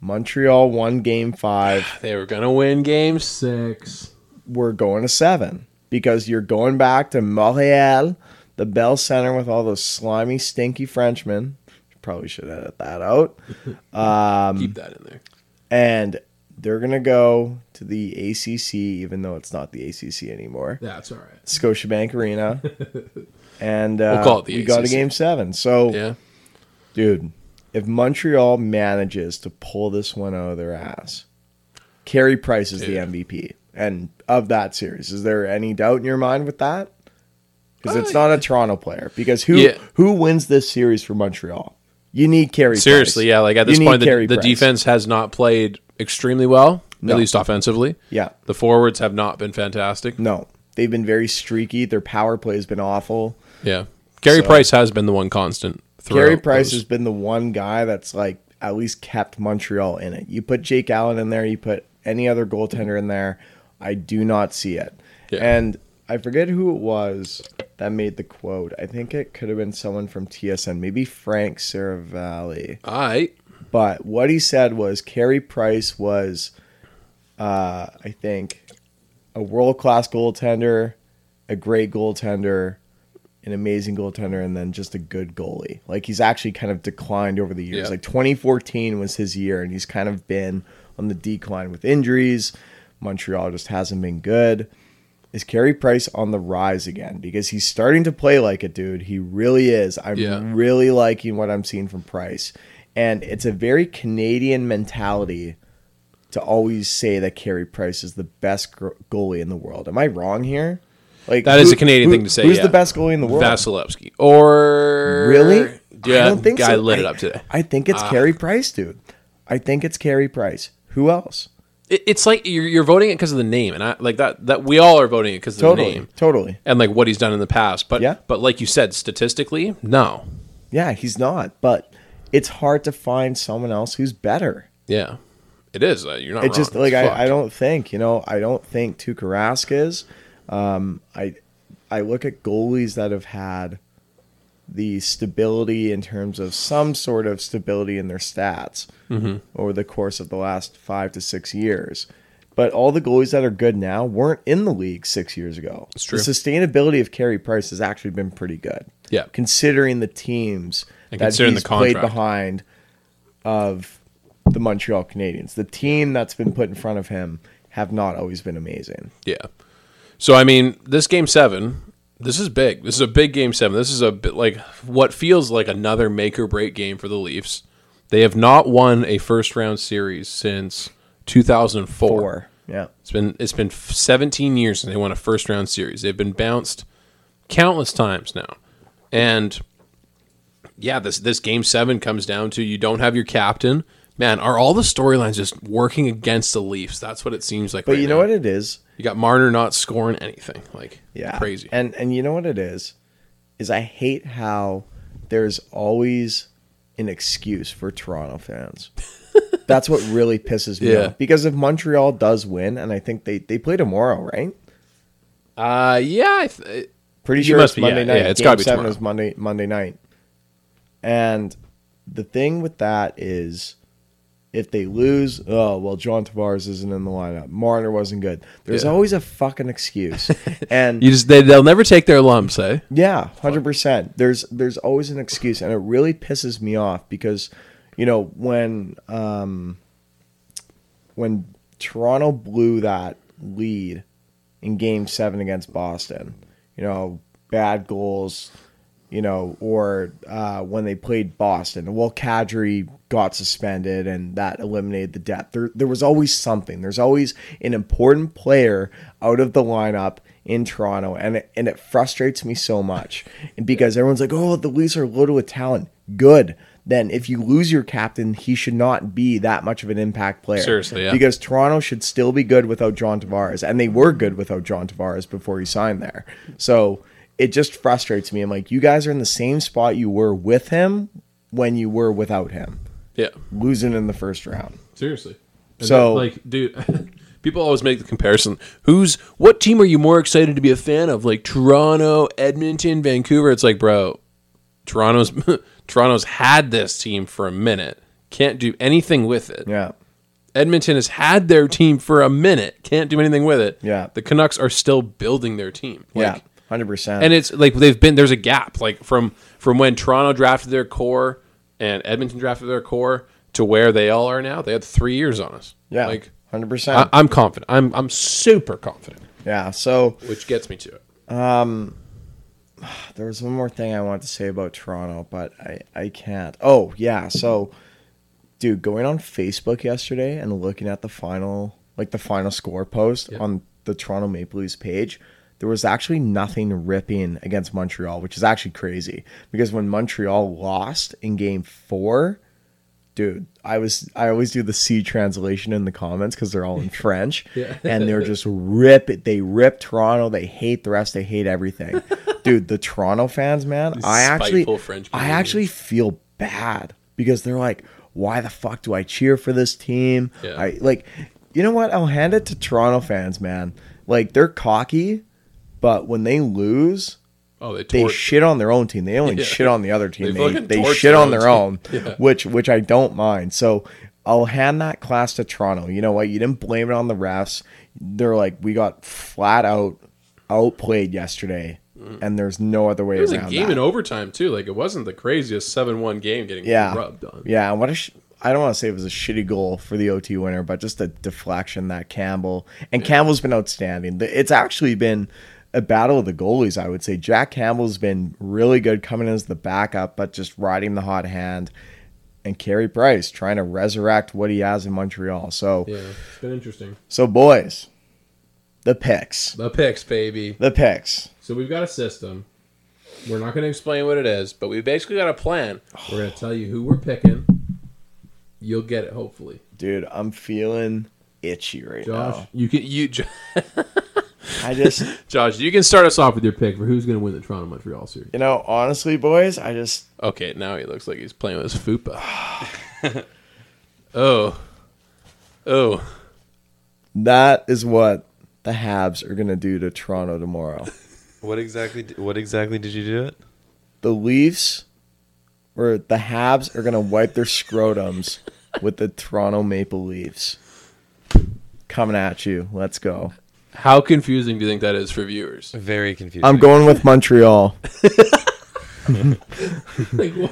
C: Montreal won game five,
A: they were gonna win game six.
C: we're going to seven because you're going back to Montreal, the Bell Center with all those slimy, stinky Frenchmen. Probably should edit that out. Um,
A: Keep that in there.
C: And they're going to go to the ACC, even though it's not the ACC anymore.
A: That's all right.
C: Scotiabank Arena, and uh,
A: We'll call it the
C: we got a
A: ACC.
C: game seven. So,
A: Yeah.
C: dude, if Montreal manages to pull this one out of their ass, Carey Price is
A: Dude.
C: the MVP, and of that series, is there any doubt in your mind with that? Because it's not a Toronto player. Because who
A: Uh, Yeah.
C: who wins this series for Montreal? You need Carey.
A: Seriously,
C: Price.
A: yeah. Like at
C: You
A: this
C: need
A: point, the,
C: Carey
A: the
C: Price.
A: defense has not played extremely well,
C: No.
A: at least offensively.
C: Yeah,
A: The forwards have not been fantastic.
C: no, they've been very streaky. Their power play has been awful.
A: Yeah. Gary
C: So-
A: Price has been the one constant.
C: Gary
A: throughout
C: Price
A: those.
C: has been the one guy that's like at least kept Montreal in it. You put Jake Allen in there, you put any other goaltender in there. I do not see it.
A: Yeah.
C: And I forget who it was that made the quote. I think it could have been someone from TSN, maybe Frank Saravalli.
A: All right.
C: But what he said was Carey Price was, uh, I think, a world class goaltender, a great goaltender, an amazing goaltender, and then just a good goalie. Like he's actually kind of declined over the years.
A: Yeah.
C: Like 2014 was his year, and he's kind of been on the decline with injuries. Montreal just hasn't been good. Is Carey Price on the rise again? Because he's starting to play like it, dude. He really is. I'm
A: Yeah.
C: really liking what I'm seeing from Price. And it's a very Canadian mentality to always say that Carey Price is the best gr- goalie in the world. Am I wrong here? Like
A: That is a Canadian thing to say,
C: Who's
A: yeah.
C: the best goalie in the world?
A: Vasilevsky. Or.
C: Really?
A: Yeah.
C: I don't think
A: guy
C: so.
A: lit
C: I,
A: it up today. Ah.
C: I think it's Carey Price, dude. I think it's Carey Price. Who else?
A: It, it's like you're, you're voting it because of the name. And I like that, that we all are voting it because of
C: Totally.
A: the name
C: Totally.
A: and like what he's done in the past. But,
C: Yeah.
A: but like you said, statistically, no.
C: Yeah, he's not, but it's hard to find someone else who's better.
A: Yeah. It is. Uh, you're not
C: It's
A: wrong.
C: just like
A: Fuck.
C: I, I don't think, you know, I don't think Tuukka Rask is. Um, I I look at goalies that have had the stability in terms of some sort of stability in their stats
A: Mm-hmm.
C: over the course of the last five to six years. But all the goalies that are good now weren't in the league six years ago.
A: It's true.
C: The sustainability of Carey Price has actually been pretty good.
A: Yeah.
C: Considering the teams
A: And
C: that
A: considering
C: he's
A: the
C: played
A: contract.
C: behind of the Montreal Canadiens. The team that's been put in front of him have not always been amazing.
A: Yeah. So I mean, this game seven, this is big. This is a big game seven. This is a bit like what feels like another make or break game for the Leafs. They have not won a first round series since 2004.
C: Four. Yeah.
A: It's been it's been 17 years since they won a first round series. They've been bounced countless times now, and yeah, this this game seven comes down to you don't have your captain. Man, are all the storylines just working against the Leafs? That's what it seems like.
C: But
A: right
C: you know
A: now.
C: what it is?
A: You got Marner not scoring anything. Like
C: Yeah.
A: crazy.
C: And and you know what it is? Is I hate how there's always an excuse for Toronto fans. That's what really pisses me
A: Yeah.
C: off. Because if Montreal does win, and I think they, they play tomorrow, right?
A: uh yeah, I th-
C: Pretty
A: You
C: sure
A: must
C: it's
A: be-
C: Monday
A: yeah,
C: night.
A: yeah, it's
C: Game
A: gotta be
C: seven
A: tomorrow.
C: is Monday Monday night. And the thing with that is If they lose, oh well, John Tavares isn't in the lineup. Marner wasn't good. There's
A: Yeah.
C: always a fucking excuse, and
A: You just they, they'll never take their lumps, eh?
C: yeah, hundred percent. There's there's always an excuse, and it really pisses me off because, you know, when um, when Toronto blew that lead in Game Seven against Boston, you know, bad goals, you know, or uh, when they played Boston, well, Kadri got suspended, and that eliminated the depth. There, there was always something. There's always an important player out of the lineup in Toronto, and it, and it frustrates me so much. And because everyone's like, "Oh, the Leafs are loaded with talent." Good. Then, if you lose your captain, he should not be that much of an impact player.
A: Seriously, yeah.
C: Because Toronto should still be good without John Tavares, and they were good without John Tavares before he signed there. So it just frustrates me. I'm like, you guys are in the same spot you were with him when you were without him,
A: Yeah,
C: losing in the first round.
A: seriously. And
C: So-
A: that, like, dude, people always make the comparison. Who's what team are you more excited to be a fan of? Like Toronto, Edmonton, Vancouver. It's like, bro, Toronto's Toronto's had this team for a minute. Can't do anything with it.
C: Yeah.
A: Edmonton has had their team for a minute. Can't do anything with it.
C: Yeah.
A: The Canucks are still building their team.
C: Yeah.
A: Like,
C: 100%.
A: and it's like they've been there's a gap like from from when Toronto drafted their core and Edmonton drafted their core to where they all are now. They had three years on us.
C: yeah.
A: like
C: 100%.
A: I, I'm confident. I'm I'm super confident,
C: yeah. So
A: which gets me to it.
C: there was one more thing I wanted to say about Toronto, but I, I can't. Oh, yeah. So, dude, going on Facebook yesterday and looking at the final, like the final score post on the Toronto Maple Leafs page, there was actually nothing ripping against Montreal, which is actually crazy because when Montreal lost in game four, dude, I was I always do the C translation in the comments because they're all in French, and they're just rip it. They rip Toronto. They hate the rest. They hate everything, dude. The Toronto fans, man. I actually,
A: spiteful French
C: I
A: Canadians.
C: actually feel bad because they're like, why the fuck do I cheer for this team?
A: Yeah.
C: I like, you know what? I'll hand it to Toronto fans, man. Like they're cocky, but when they lose,
A: Oh, they
C: they
A: tore.
C: shit on their own team. They only
A: Yeah.
C: shit on the other
A: They
C: team. They,
A: fucking
C: they
A: torch
C: shit
A: their
C: on their
A: own
C: own,
A: team. Yeah.
C: which which I don't mind. So I'll hand that class to Toronto. You know what? You didn't blame it on the refs. They're like, we got flat out outplayed yesterday, and there's no other way
A: Mm. it was a
C: around
A: game
C: that.
A: in overtime too. Like it wasn't the craziest seven-one game getting
C: yeah,
A: rubbed on.
C: yeah. and What a sh- I don't want to say it was a shitty goal for the OT winner, but just a deflection that Campbell and Campbell's been outstanding. The- It's actually been a battle of the goalies. I would say Jack Campbell's been really good coming in as the backup, but just riding the hot hand. And Carey Price trying to resurrect what he has in Montreal. So,
A: Yeah, it's been interesting.
C: so boys, the picks,
A: The picks, baby.
C: the picks.
A: So we've got a system. We're not going to explain what it is, but we basically got a plan. We're going to tell you who we're picking. You'll get it, hopefully.
C: Dude, I'm feeling itchy right
A: Josh, you can you Jo-
C: now. I just
A: Josh, you can start us off with your pick for who's going to win the Toronto Montreal series.
C: you know, honestly, boys, I just
A: Okay, now he looks like he's playing with his fupa. oh, oh,
C: That is what the Habs are going to do to Toronto tomorrow.
B: What exactly? d- What exactly did you do it?
C: The Leafs or the Habs are going to wipe their scrotums with the Toronto Maple Leafs. Coming at you. Let's go.
A: how confusing do you think that is for viewers?
B: Very confusing.
C: I'm going with Montreal.
A: Like, wha-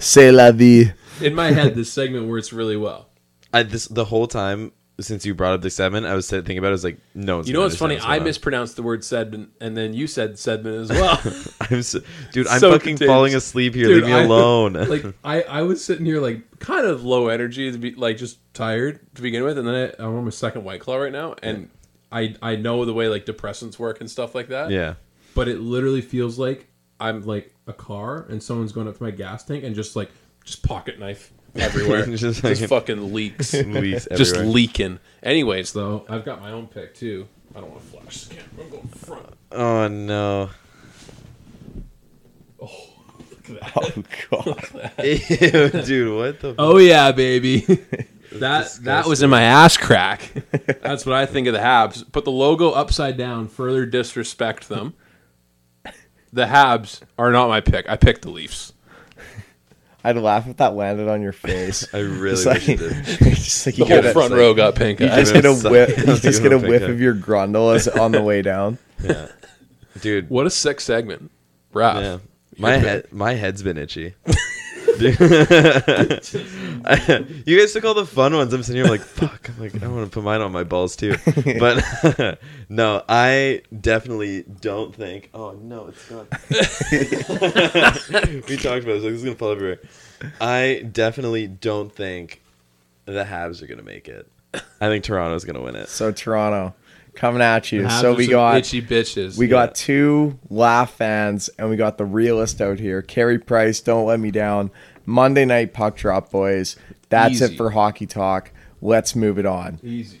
C: C'est la vie.
A: in my head, this segment works really well.
B: I, this the whole time since you brought up the seven, I was said- thinking about. it, I was like, no. One's
A: You know
B: gonna
A: what's funny? I
B: understand what's
A: mispronounced the word "sedman," and then you said "sedman" as well.
B: going on. I'm so, dude, I'm
A: So
B: fucking
A: contagious.
B: falling asleep here.
A: Dude,
B: Leave me
A: I-
B: alone.
A: like I, I was sitting here like kind of low energy to be like just tired to begin with, and then I, I'm on my second white claw right now, and I I know the way like depressants work and stuff like that.
B: yeah.
A: But it literally feels like I'm like a car, and someone's going up to my gas tank and just like just pocket knife everywhere, just,
B: Just like-
A: fucking leaks,
B: Leaks
A: just
B: everywhere.
A: leaking. Anyways, though, I've got my own pick too. I don't want to flash the camera. I'm going front.
B: Oh no.
A: Look at that.
C: Oh, God.
B: Ew, dude, what the?
A: Oh yeah, baby. that that was in my ass crack. That's what I think of the Habs. Put the logo upside down, further disrespect them. The Habs are not my pick. I picked the Leafs.
C: I'd laugh if that landed on your face.
B: I really
C: It's
B: wish it
C: like-
B: did.
C: just like you
A: The whole
C: get a-
A: front
B: like-
A: row got pink
C: you
A: eye.
C: just
B: give
C: get a
B: him a
C: whiff.
B: sign.
C: You just get a
B: Give him a
C: whiff
B: finger.
C: of your grundle as on the way down.
B: Yeah. Dude,
A: What a sick segment. Raph.
B: Yeah.
A: your
B: My
A: pick.
B: head, my head's been itchy. Dude. you guys took all the fun ones. I'm sitting here like, fuck. I'm like, I want to put mine on my balls too. But no, I definitely don't think. Oh no, it's not. we talked about this. Like, this is gonna fall everywhere. I definitely don't think the Habs are gonna make it. I think Toronto's gonna win it.
C: So Toronto, coming at you.
A: Habs
C: so
A: are
C: we
A: some
C: got
A: itchy bitches.
C: we got two laugh fans, and we got the realist out here. Carey Price, don't let me down. Monday night puck drop, boys. That's
A: Easy.
C: it for hockey talk. Let's move it on.
A: easy.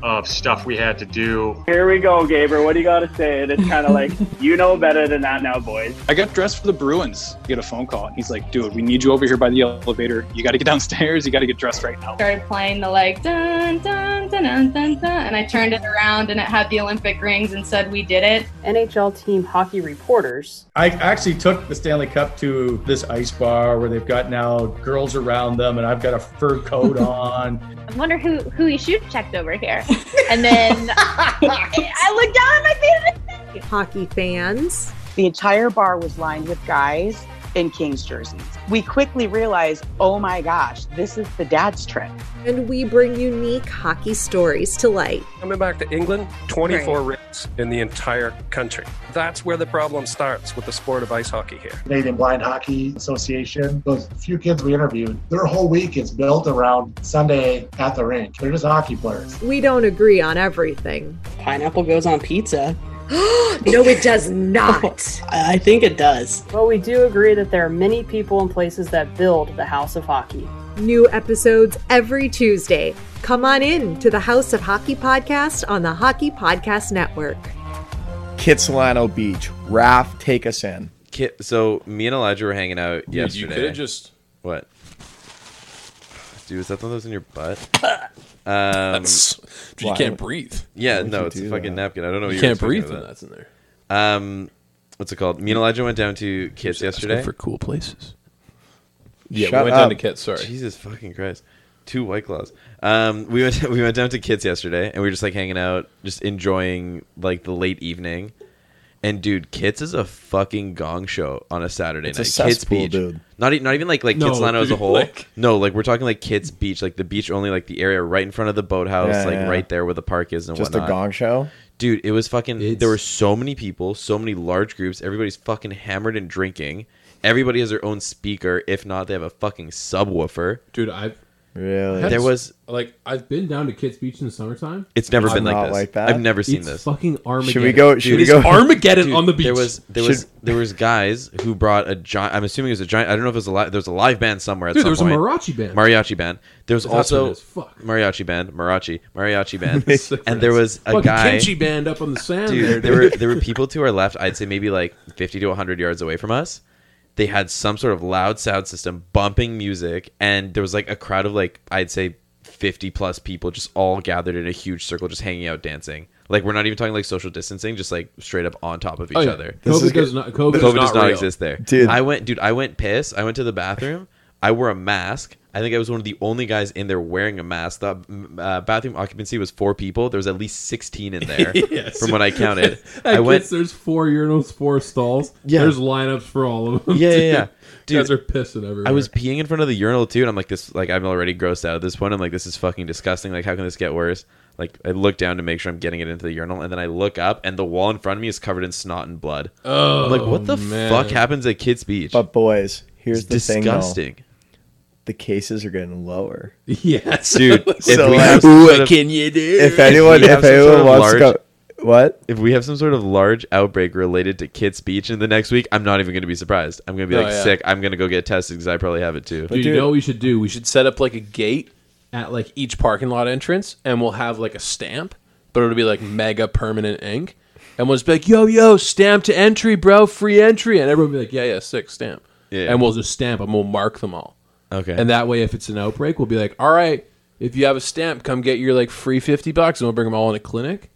E: of stuff we had to do.
F: Here we go, Gaber. What do you got to say? And it's kind of like, you know better than that now, boys.
G: I got dressed for the Bruins. I get a phone call, and he's like, "Dude, we need you over here by the elevator. You got to get downstairs. You got to get dressed right now."
H: started playing the like dun dun dun dun dun dun, and I turned it around and it had the Olympic rings and said, "We did it."
I: NHL team hockey reporters,
J: I actually took the Stanley Cup to this ice bar where they've got now girls around them, and I've got a fur coat on.
H: I wonder who who he shoot checked over here. And then I looked down at my feet. and I said,
K: Hockey fans,
L: The entire bar was lined with guys in Kings jerseys. We quickly realized, oh my gosh, this is the dad's trip.
K: and we bring unique hockey stories to light.
J: Coming back to England, 24
K: Right.
J: rings in the entire country. That's where the problem starts with the sport of ice hockey here.
E: Canadian Blind Hockey Association. Those few kids we interviewed, their whole week is built around Sunday at the rink. They're just hockey players.
K: We don't agree on everything.
I: pineapple goes on pizza.
K: no, it does not.
L: I think it does.
I: But we do agree that there are many people and places that build the house of hockey.
K: New episodes every Tuesday. Come on in to the House of Hockey podcast on the Hockey Podcast Network.
C: Kitsilano Beach. Raf, take us in.
B: Ki- So me and Elijah were hanging out
A: Dude, you
B: yesterday.
A: could have just
B: What? Dude, is that the one that was in your butt? Um,
A: That's- dude, you
C: why
A: can't
C: would-
A: breathe.
B: Yeah,
C: would
B: no,
C: you
B: it's a
C: do
B: fucking
C: that?
B: napkin. I don't know. What
A: You
B: were
A: can't
B: expecting
A: breathe
B: with
A: when
B: that.
A: that's in there.
B: Um, what's it called? Me and Elijah went down to Kits yesterday.
A: for cool places. Yeah,
C: Shut
A: we went down
C: up.
A: to Kit. Sorry.
B: Jesus fucking Christ, two white claws. Um, we went we went down to Kits yesterday, and we were just like hanging out, just enjoying like the late evening. And dude, Kits is a fucking gong show on a Saturday
C: It's a
B: night. Kits
C: cesspool,
B: Beach,
C: dude.
B: Not e- not even like like
A: No,
B: Kitsilano as a
A: dude,
B: whole.
A: like-
B: no, like we're talking like Kits Beach, like the beach only, like the area right in front of the boathouse,
C: Yeah,
B: like
C: yeah.
B: right there where the park is and
C: Just
B: whatnot.
C: a gong show.
B: Dude, it was fucking.
A: It's-
B: There were so many people, so many large groups. Everybody's fucking hammered and drinking. Everybody has their own speaker. If not, they have a fucking subwoofer.
A: Dude, I've
C: Really?
A: That's-
B: There was.
A: like I've been down to Kits Beach in the summertime.
B: It's never
C: I'm
B: been like
C: not
B: this.
C: like that.
B: I've never seen
A: it's
B: this.
A: fucking Armageddon.
C: Should we go?
B: Dude,
C: Should we
A: It's
C: go?
A: Armageddon
B: Dude,
A: on the beach.
B: There was there was there was guys who brought a giant. I'm assuming it was a giant. I don't know if it was a live. There was a live band somewhere. At
A: dude,
B: some
A: there was a
B: point.
A: mariachi band.
B: mariachi band. There was
A: That's what it
B: also
A: is. Fuck.
B: mariachi band, mariachi, mariachi band,
A: It's the
B: and there was
A: Christ.
B: a
A: Fucking
B: guy.
A: Kenchi band up on the sand
B: dude, there
A: there.
B: were
A: dude.
B: there were people to our left. I'd say maybe like fifty to hundred yards away from us. They had some sort of loud sound system, bumping music, and there was like a crowd of like I'd say fifty plus people, just all gathered in a huge circle, just hanging out dancing. Like we're not even talking like social distancing, just like straight up on top of each
A: Oh, yeah.
B: other.
C: This is
A: COVID does
C: good.
A: not. COVID,
B: COVID does not
A: real.
B: exist there.
C: Dude.
B: I went, dude. I went piss. I went to the bathroom. I wore a mask. I think I was one of the only guys in there wearing a mask. The mm, uh, bathroom occupancy was four people. There was at least sixteen in there,
A: Yes.
B: from what I counted.
A: At
B: I went.
A: Kits, there's four urinals, four stalls.
B: Yeah.
A: There's lineups for all of them.
B: Yeah, yeah,
A: dude.
B: yeah. Dude,
A: guys are pissing everywhere.
B: I was peeing in front of the urinal too, and I'm like, this, like, I'm already grossed out at this point. I'm like, this is fucking disgusting. Like, how can this get worse? Like, I look down to make sure I'm getting it into the urinal, and then I look up, and the wall in front of me is covered in snot and blood.
A: Oh,
B: I'm like, what the
A: man.
B: fuck happens at Kids Beach?
C: But boys, here's
B: it's
C: the thing.
B: disgusting,
C: Though. The cases are getting lower.
A: Yes,
B: dude. If
C: So,
B: we
C: like,
B: have some sort of-
A: can you do?
C: If anyone,
B: we have
C: if
B: some sort
C: anyone
B: of
C: wants to
B: large-
C: go, what?
B: if we have some sort of large outbreak related to Kids Beach in the next week, I'm not even going to be surprised. I'm going to be
A: Oh,
B: like
A: yeah.
B: sick. I'm going to go get tested because I probably have it too.
A: Dude,
C: dude-
A: you know what we should do? We should set up like a gate at like each parking lot entrance, and we'll have like a stamp. but it'll be like mega permanent ink. And we'll just be like, yo, yo, stamp to entry, bro, free entry. And everyone will be like, yeah, yeah, sick, stamp.
B: Yeah.
A: And we'll just stamp and we'll mark them all.
B: Okay.
A: And that way, if it's an outbreak, we'll be like, all right, if you have a stamp, come get your like free 50 bucks and we'll bring them all in a clinic.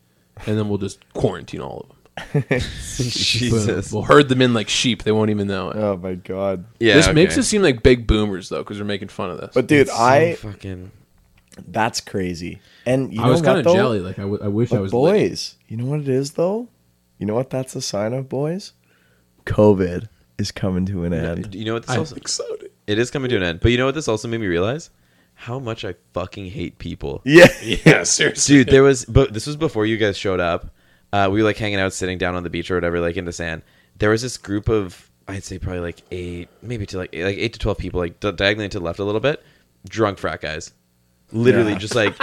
A: And then we'll just quarantine all of them.
B: Jesus.
A: Boom. We'll herd them in like sheep. They won't even know it.
C: Oh, my God.
B: Yeah,
A: This
B: okay.
A: makes us seem like big boomers, though, because we're making fun of this.
C: But dude,
B: It's so
C: I
B: fucking
C: that's crazy. And you
A: I
C: know Oh,
A: was
C: kind
A: kinda
C: of
A: jelly, like, I w- I wish I was lit.
C: boys. You know what it is though. You know what that's a sign of boys. COVID is coming to an end.
B: You know what this
A: I'm
B: also
A: excited.
B: It is coming to an end. But you know what this also made me realize? How much I fucking hate people.
C: Yeah.
A: Yeah, seriously.
B: Dude, there was but this was before you guys showed up. Uh, we were like hanging out, sitting down on the beach or whatever, like in the sand. There was this group of I'd say probably like eight, maybe to like eight, like eight to twelve people, like di- diagonally to the left a little bit, drunk frat guys, literally
C: Yeah.
B: just like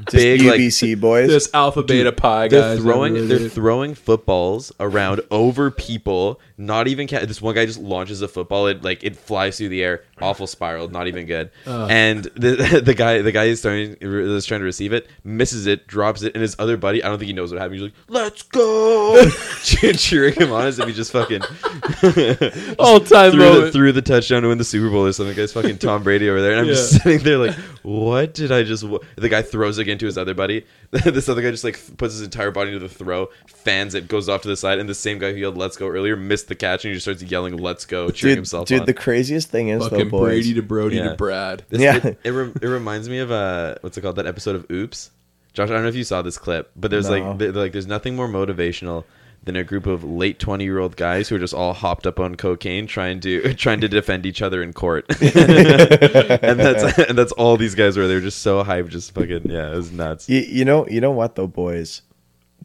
C: Just
B: big like
C: UBC boys.
A: This alpha beta pi guys.
B: they're throwing
A: everywhere,
B: they're
A: dude.
B: throwing footballs around over people. Not even ca- this one guy just launches a football. It like it flies through the air. Awful spiral. Not even good. And the the guy the guy is throwing is trying to receive it, misses it, drops it, and his other buddy. I don't think he knows what happened. He's like, "Let's go!" Che- cheering him on as if he just fucking
A: Oh, All-time
B: threw the,
A: moment.
B: threw the touchdown to win the Super Bowl or something. Guys, fucking Tom Brady over there, and I'm just
A: Yeah.
B: sitting there like, what did I just? wa-" The guy throws again to his other buddy. this other guy just like puts his entire body into the throw, fans it, goes off to the side, and the same guy who yelled "Let's go" earlier missed the catch, and he just starts yelling "Let's go," cheering
C: dude,
B: himself
C: dude
B: on.
C: the craziest thing is though,
A: Fucking
C: boys.
A: Brady to Brody
B: Yeah.
A: to Brad.
B: This-
C: Yeah.
B: It, it, rem- it reminds me of uh, what's it called? That episode of Oops. Josh, I don't know if you saw this clip, but there's
C: No.
B: like, th- like, there's nothing more motivational than a group of late twenty year old guys who are just all hopped up on cocaine, trying to trying to defend each other in court. and that's and that's all these guys were. They were just so hyped, just fucking yeah, it was nuts.
C: You, you know, you know what though, boys.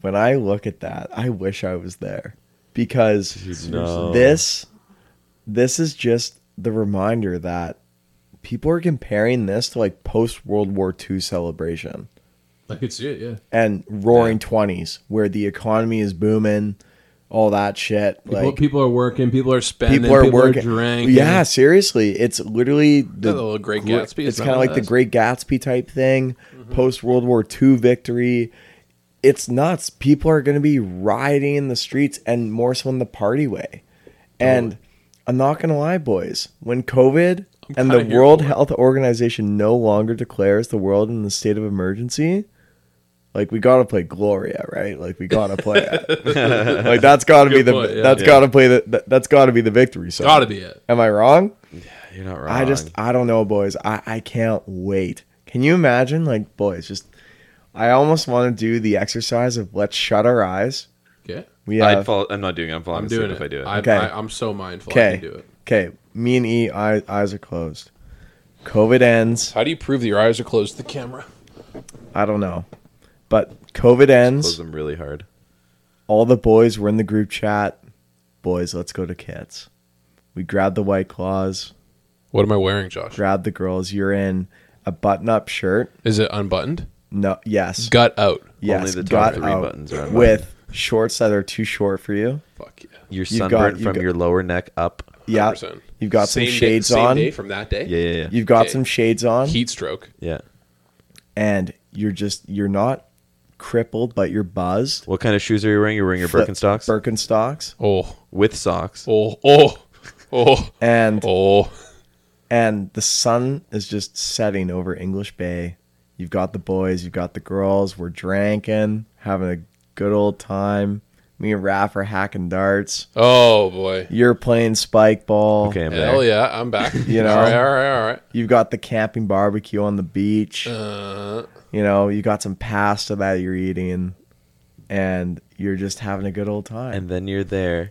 C: When I look at that, I wish I was there because
B: no.
C: this, this is just the reminder that people are comparing this to like post World War II celebration
A: I could see it, yeah.
C: and Roaring Twenties, where the economy is booming, all that shit.
A: People,
C: like
A: people are working. People are spending.
C: people are working.
A: drinking.
C: yeah, seriously, it's literally the,
A: the little Great
C: gr-
A: Gatsby is Mm-hmm.
C: It's
A: not
C: kind of like
A: that
C: the
A: bad.
C: Great Gatsby type thing, post World War II victory. It's nuts. People are going to be rioting in the streets and more so in the party way. And I'm not going to lie, boys. When COVID and the
A: kinda here
C: World
A: for it.
C: Health Organization no longer declares the world in the state of emergency, like we gotta play Gloria, right? Like we gotta play it. like that's gotta be
A: Good
C: the
A: point, yeah.
C: that's
A: Yeah.
C: gotta play the that, that's gotta be the victory song.
A: Gotta be it.
C: Am I wrong?
B: You're not wrong.
C: I just I don't know, boys. I I can't wait. Can you imagine, like, boys? Just I almost want to do the exercise of let's shut our eyes.
A: Okay.
C: We
B: I'd
C: have
B: fall, I'm not doing. it. I'm falling
A: I'm
B: asleep
A: doing it.
B: if I do it.
A: I'm,
C: Okay.
A: I, I'm so mindful. I
C: okay,
A: can do it.
C: okay. Me and E eye, eyes are closed. COVID ends.
A: How do you prove that your eyes are closed to the camera?
C: I don't know, but COVID
B: Close
C: ends.
B: them really hard.
C: All the boys were in the group chat. Boys, let's go to Kits. We grabbed the white claws.
A: What am I wearing, Josh?
C: Grabbed the girls. You're in a button-up shirt.
A: Is it unbuttoned?
C: No, yes,
A: Gut out.
C: yes.
B: the top
C: got
B: three
C: out
B: buttons are on
C: with shorts that are too short for you.
A: Fuck yeah.
B: You're
C: You've got-
B: sunburned
C: you've
B: from
C: got-
B: your lower neck up.
C: Yeah.
A: 100%.
C: You've got
A: Same
C: some
A: day-
C: shades
A: same
C: on.
A: day from that day.
B: Yeah, yeah, yeah.
C: You've got
A: Okay.
C: some shades on
A: Heat stroke.
B: yeah.
C: and you're just you're not crippled but you're buzzed.
B: What kind of shoes are you wearing? You're wearing your Birkenstocks
C: Birkenstocks.
A: Oh,
B: with socks.
A: oh, oh, oh,
C: And
A: oh.
C: and the sun is just setting over English Bay. You've got the boys, you've got the girls, we're drinking, having a good old time. Me and Raph are hacking darts.
A: Oh, boy.
C: You're playing spike ball.
B: Okay, I'm
A: Hell
B: there.
A: yeah. oh, I'm back.
C: You know.
A: All right, all right, all right.
C: You've got the camping barbecue on the beach.
A: Uh,
C: you know, you got some pasta that you're eating and you're just having a good old time.
B: and then you're there,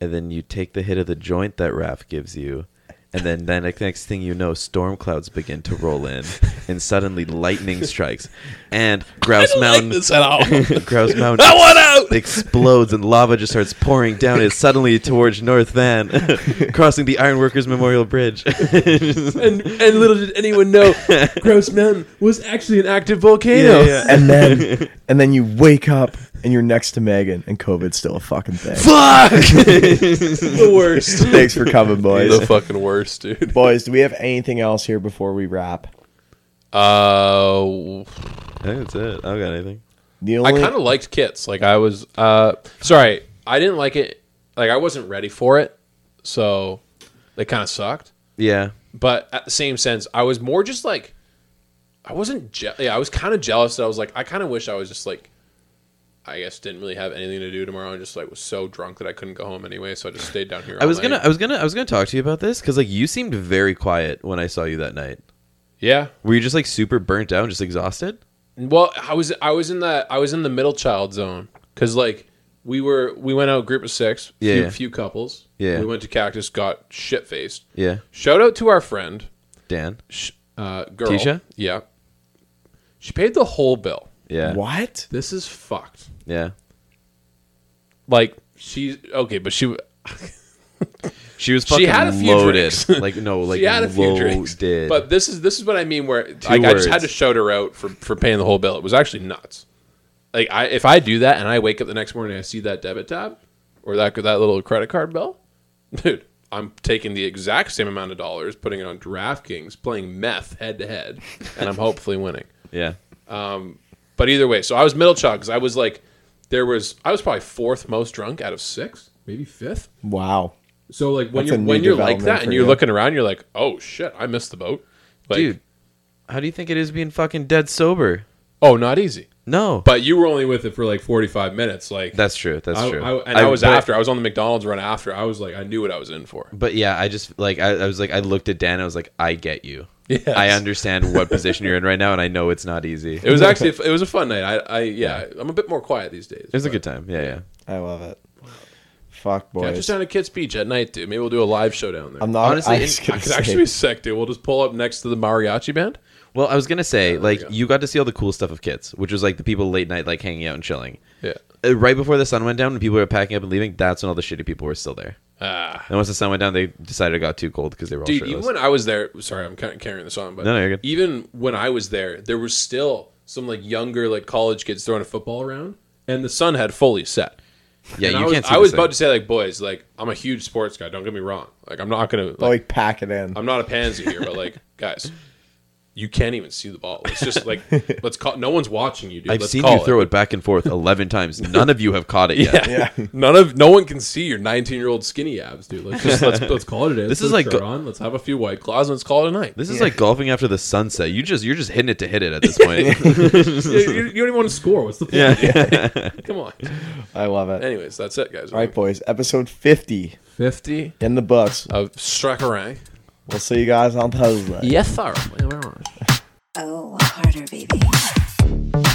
B: and then you take the hit of the joint that Raph gives you, and then then the next thing you know, storm clouds begin to roll in, and suddenly lightning strikes, and Grouse Mountain,
A: this at all.
B: Grouse Mountain,
A: That one out!
B: explodes and lava just starts pouring down it suddenly towards North Van, crossing the Ironworkers Memorial Bridge.
A: and, and little did anyone know, Gross Mountain was actually an active volcano.
C: and then and then you wake up and you're next to Megan and COVID's still a fucking thing.
A: the worst.
C: Thanks for coming,
A: the
C: boys.
A: fucking worst, dude.
C: boys, do we have anything else here before we wrap?
A: Uh,
B: I think that's it. I don't got anything.
C: The
A: I
C: only
A: kind of liked Kits. Like I was uh sorry, I didn't like it. Like I wasn't ready for it, so they kind of sucked.
B: Yeah.
A: But at the same sense, I was more just like I wasn't. Je- yeah, I was kind of jealous. That I was like, I kind of wish I was just like. I guess didn't really have anything to do tomorrow. I just like was so drunk that I couldn't go home anyway, so I just stayed down here.
B: I
A: all
B: was
A: night.
B: gonna, I was gonna, I was gonna talk to you about this because like you seemed very quiet when I saw you that night.
A: Yeah.
B: Were you just like super burnt out, and just exhausted?
A: Well, I was I was in the I was in the middle child zone because like we were we went out group of six, few,
B: Yeah.
A: few couples.
B: Yeah.
A: we went to Cactus, got shit faced.
B: Yeah.
A: Shout out to our friend
B: Dan,
A: sh- uh, girl.
B: Tisha?
A: Yeah, she paid the whole bill.
B: Yeah.
C: What?
A: This is fucked.
B: Yeah.
A: Like she okay, but she
B: She was
A: she
B: fucking
A: had a few
B: loaded.
A: drinks.
B: like no, like
A: she had a few drinks.
B: loaded.
A: But this is this is what I mean. Where
B: Two
A: like, I just had
B: words.
A: to shout her out for for paying the whole bill. It was actually nuts. Like I, if I do that and I wake up the next morning, and I see that debit tab or that that little credit card bill, dude. I'm taking the exact same amount of dollars, putting it on DraftKings, playing meth head to head, and I'm hopefully winning.
B: Yeah.
A: Um, but either way, so I was middle chug because I was like, there was I was probably fourth most drunk out of six, maybe fifth.
C: Wow.
A: So like when
C: That's a
A: you're
C: new
A: when you're like
C: development
A: that
C: for
A: and you're
C: you.
A: looking around, you're like, oh shit, I missed the boat, like,
B: Dude, how do you think it is being fucking dead sober?
A: Oh, not easy.
B: No.
A: But you were only with it for like 45 minutes. Like
B: That's true. That's
A: I-
B: true.
A: I, and I,
B: I-
A: was
B: but-
A: after. I was on the McDonald's run after. I was like, I knew what I was in for.
B: But yeah, I just like I, I was like I looked at Dan. I was like, I get you.
A: Yes.
B: I understand what position you're in right now, and I know it's not easy.
A: It was actually it was a fun night. I, I yeah, I'm a bit more quiet these days.
B: it was a good time. Yeah, yeah.
C: I love it. Fuck
A: Yeah,
C: boys.
A: just down at Kids Beach at night, dude. Maybe we'll do a live show down there.
C: I'm not-
B: Honestly,
C: I
B: in-
C: was
A: I
C: gonna
A: could
C: say-
A: actually be sick, dude. We'll just pull up next to the mariachi band.
B: Well, I was gonna say like you got to see all the cool stuff of kids, which was like the people late night like hanging out and chilling.
A: Yeah.
B: Uh, Right before the sun went down and people were packing up and leaving, that's when all the shitty people were still there.
A: Ah.
B: And once the sun went down, they decided it got too cold because they were all
A: Dude,
B: shirtless.
A: even when I was there, sorry, I'm kind of carrying this on, but
B: No, no, you're good.
A: even when I was there, there was still some like younger like college kids throwing a football around, and the sun had fully set.
B: Yeah,
A: And I
B: you
A: was,
B: can't see
A: I
B: the
A: was
B: sun.
A: about to say like, boys, like I'm a huge sports guy. Don't get me wrong. Like I'm not gonna
C: They'll,
A: like
C: like pack it in.
A: I'm not a pansy here, but like guys, you can't even see the ball. It's just like let's call. No one's watching you, dude.
B: I've
A: let's
B: seen
A: call
B: you throw it back and forth eleven times. None of you have caught it yet.
A: Yeah. None of no one can see your 19 year old skinny abs, dude. Let's just let's let's call it a day. Let's
B: This is
A: put a
B: like
A: shirt
B: go-
A: on. Let's have a few white claws and let's call it a night.
B: This is like golfing after the sunset. You just you're just hitting it to hit it at this point.
A: you, you- you don't even want to score. What's the point?
B: Yeah.
A: Come on.
C: I love it.
A: Anyways, that's it, guys.
C: All right, boys. Episode 50
A: 50
C: in the books.
A: of Strakarang.
C: We'll see you guys on Thursday.
A: Yes, sir.
D: Oh, harder, baby.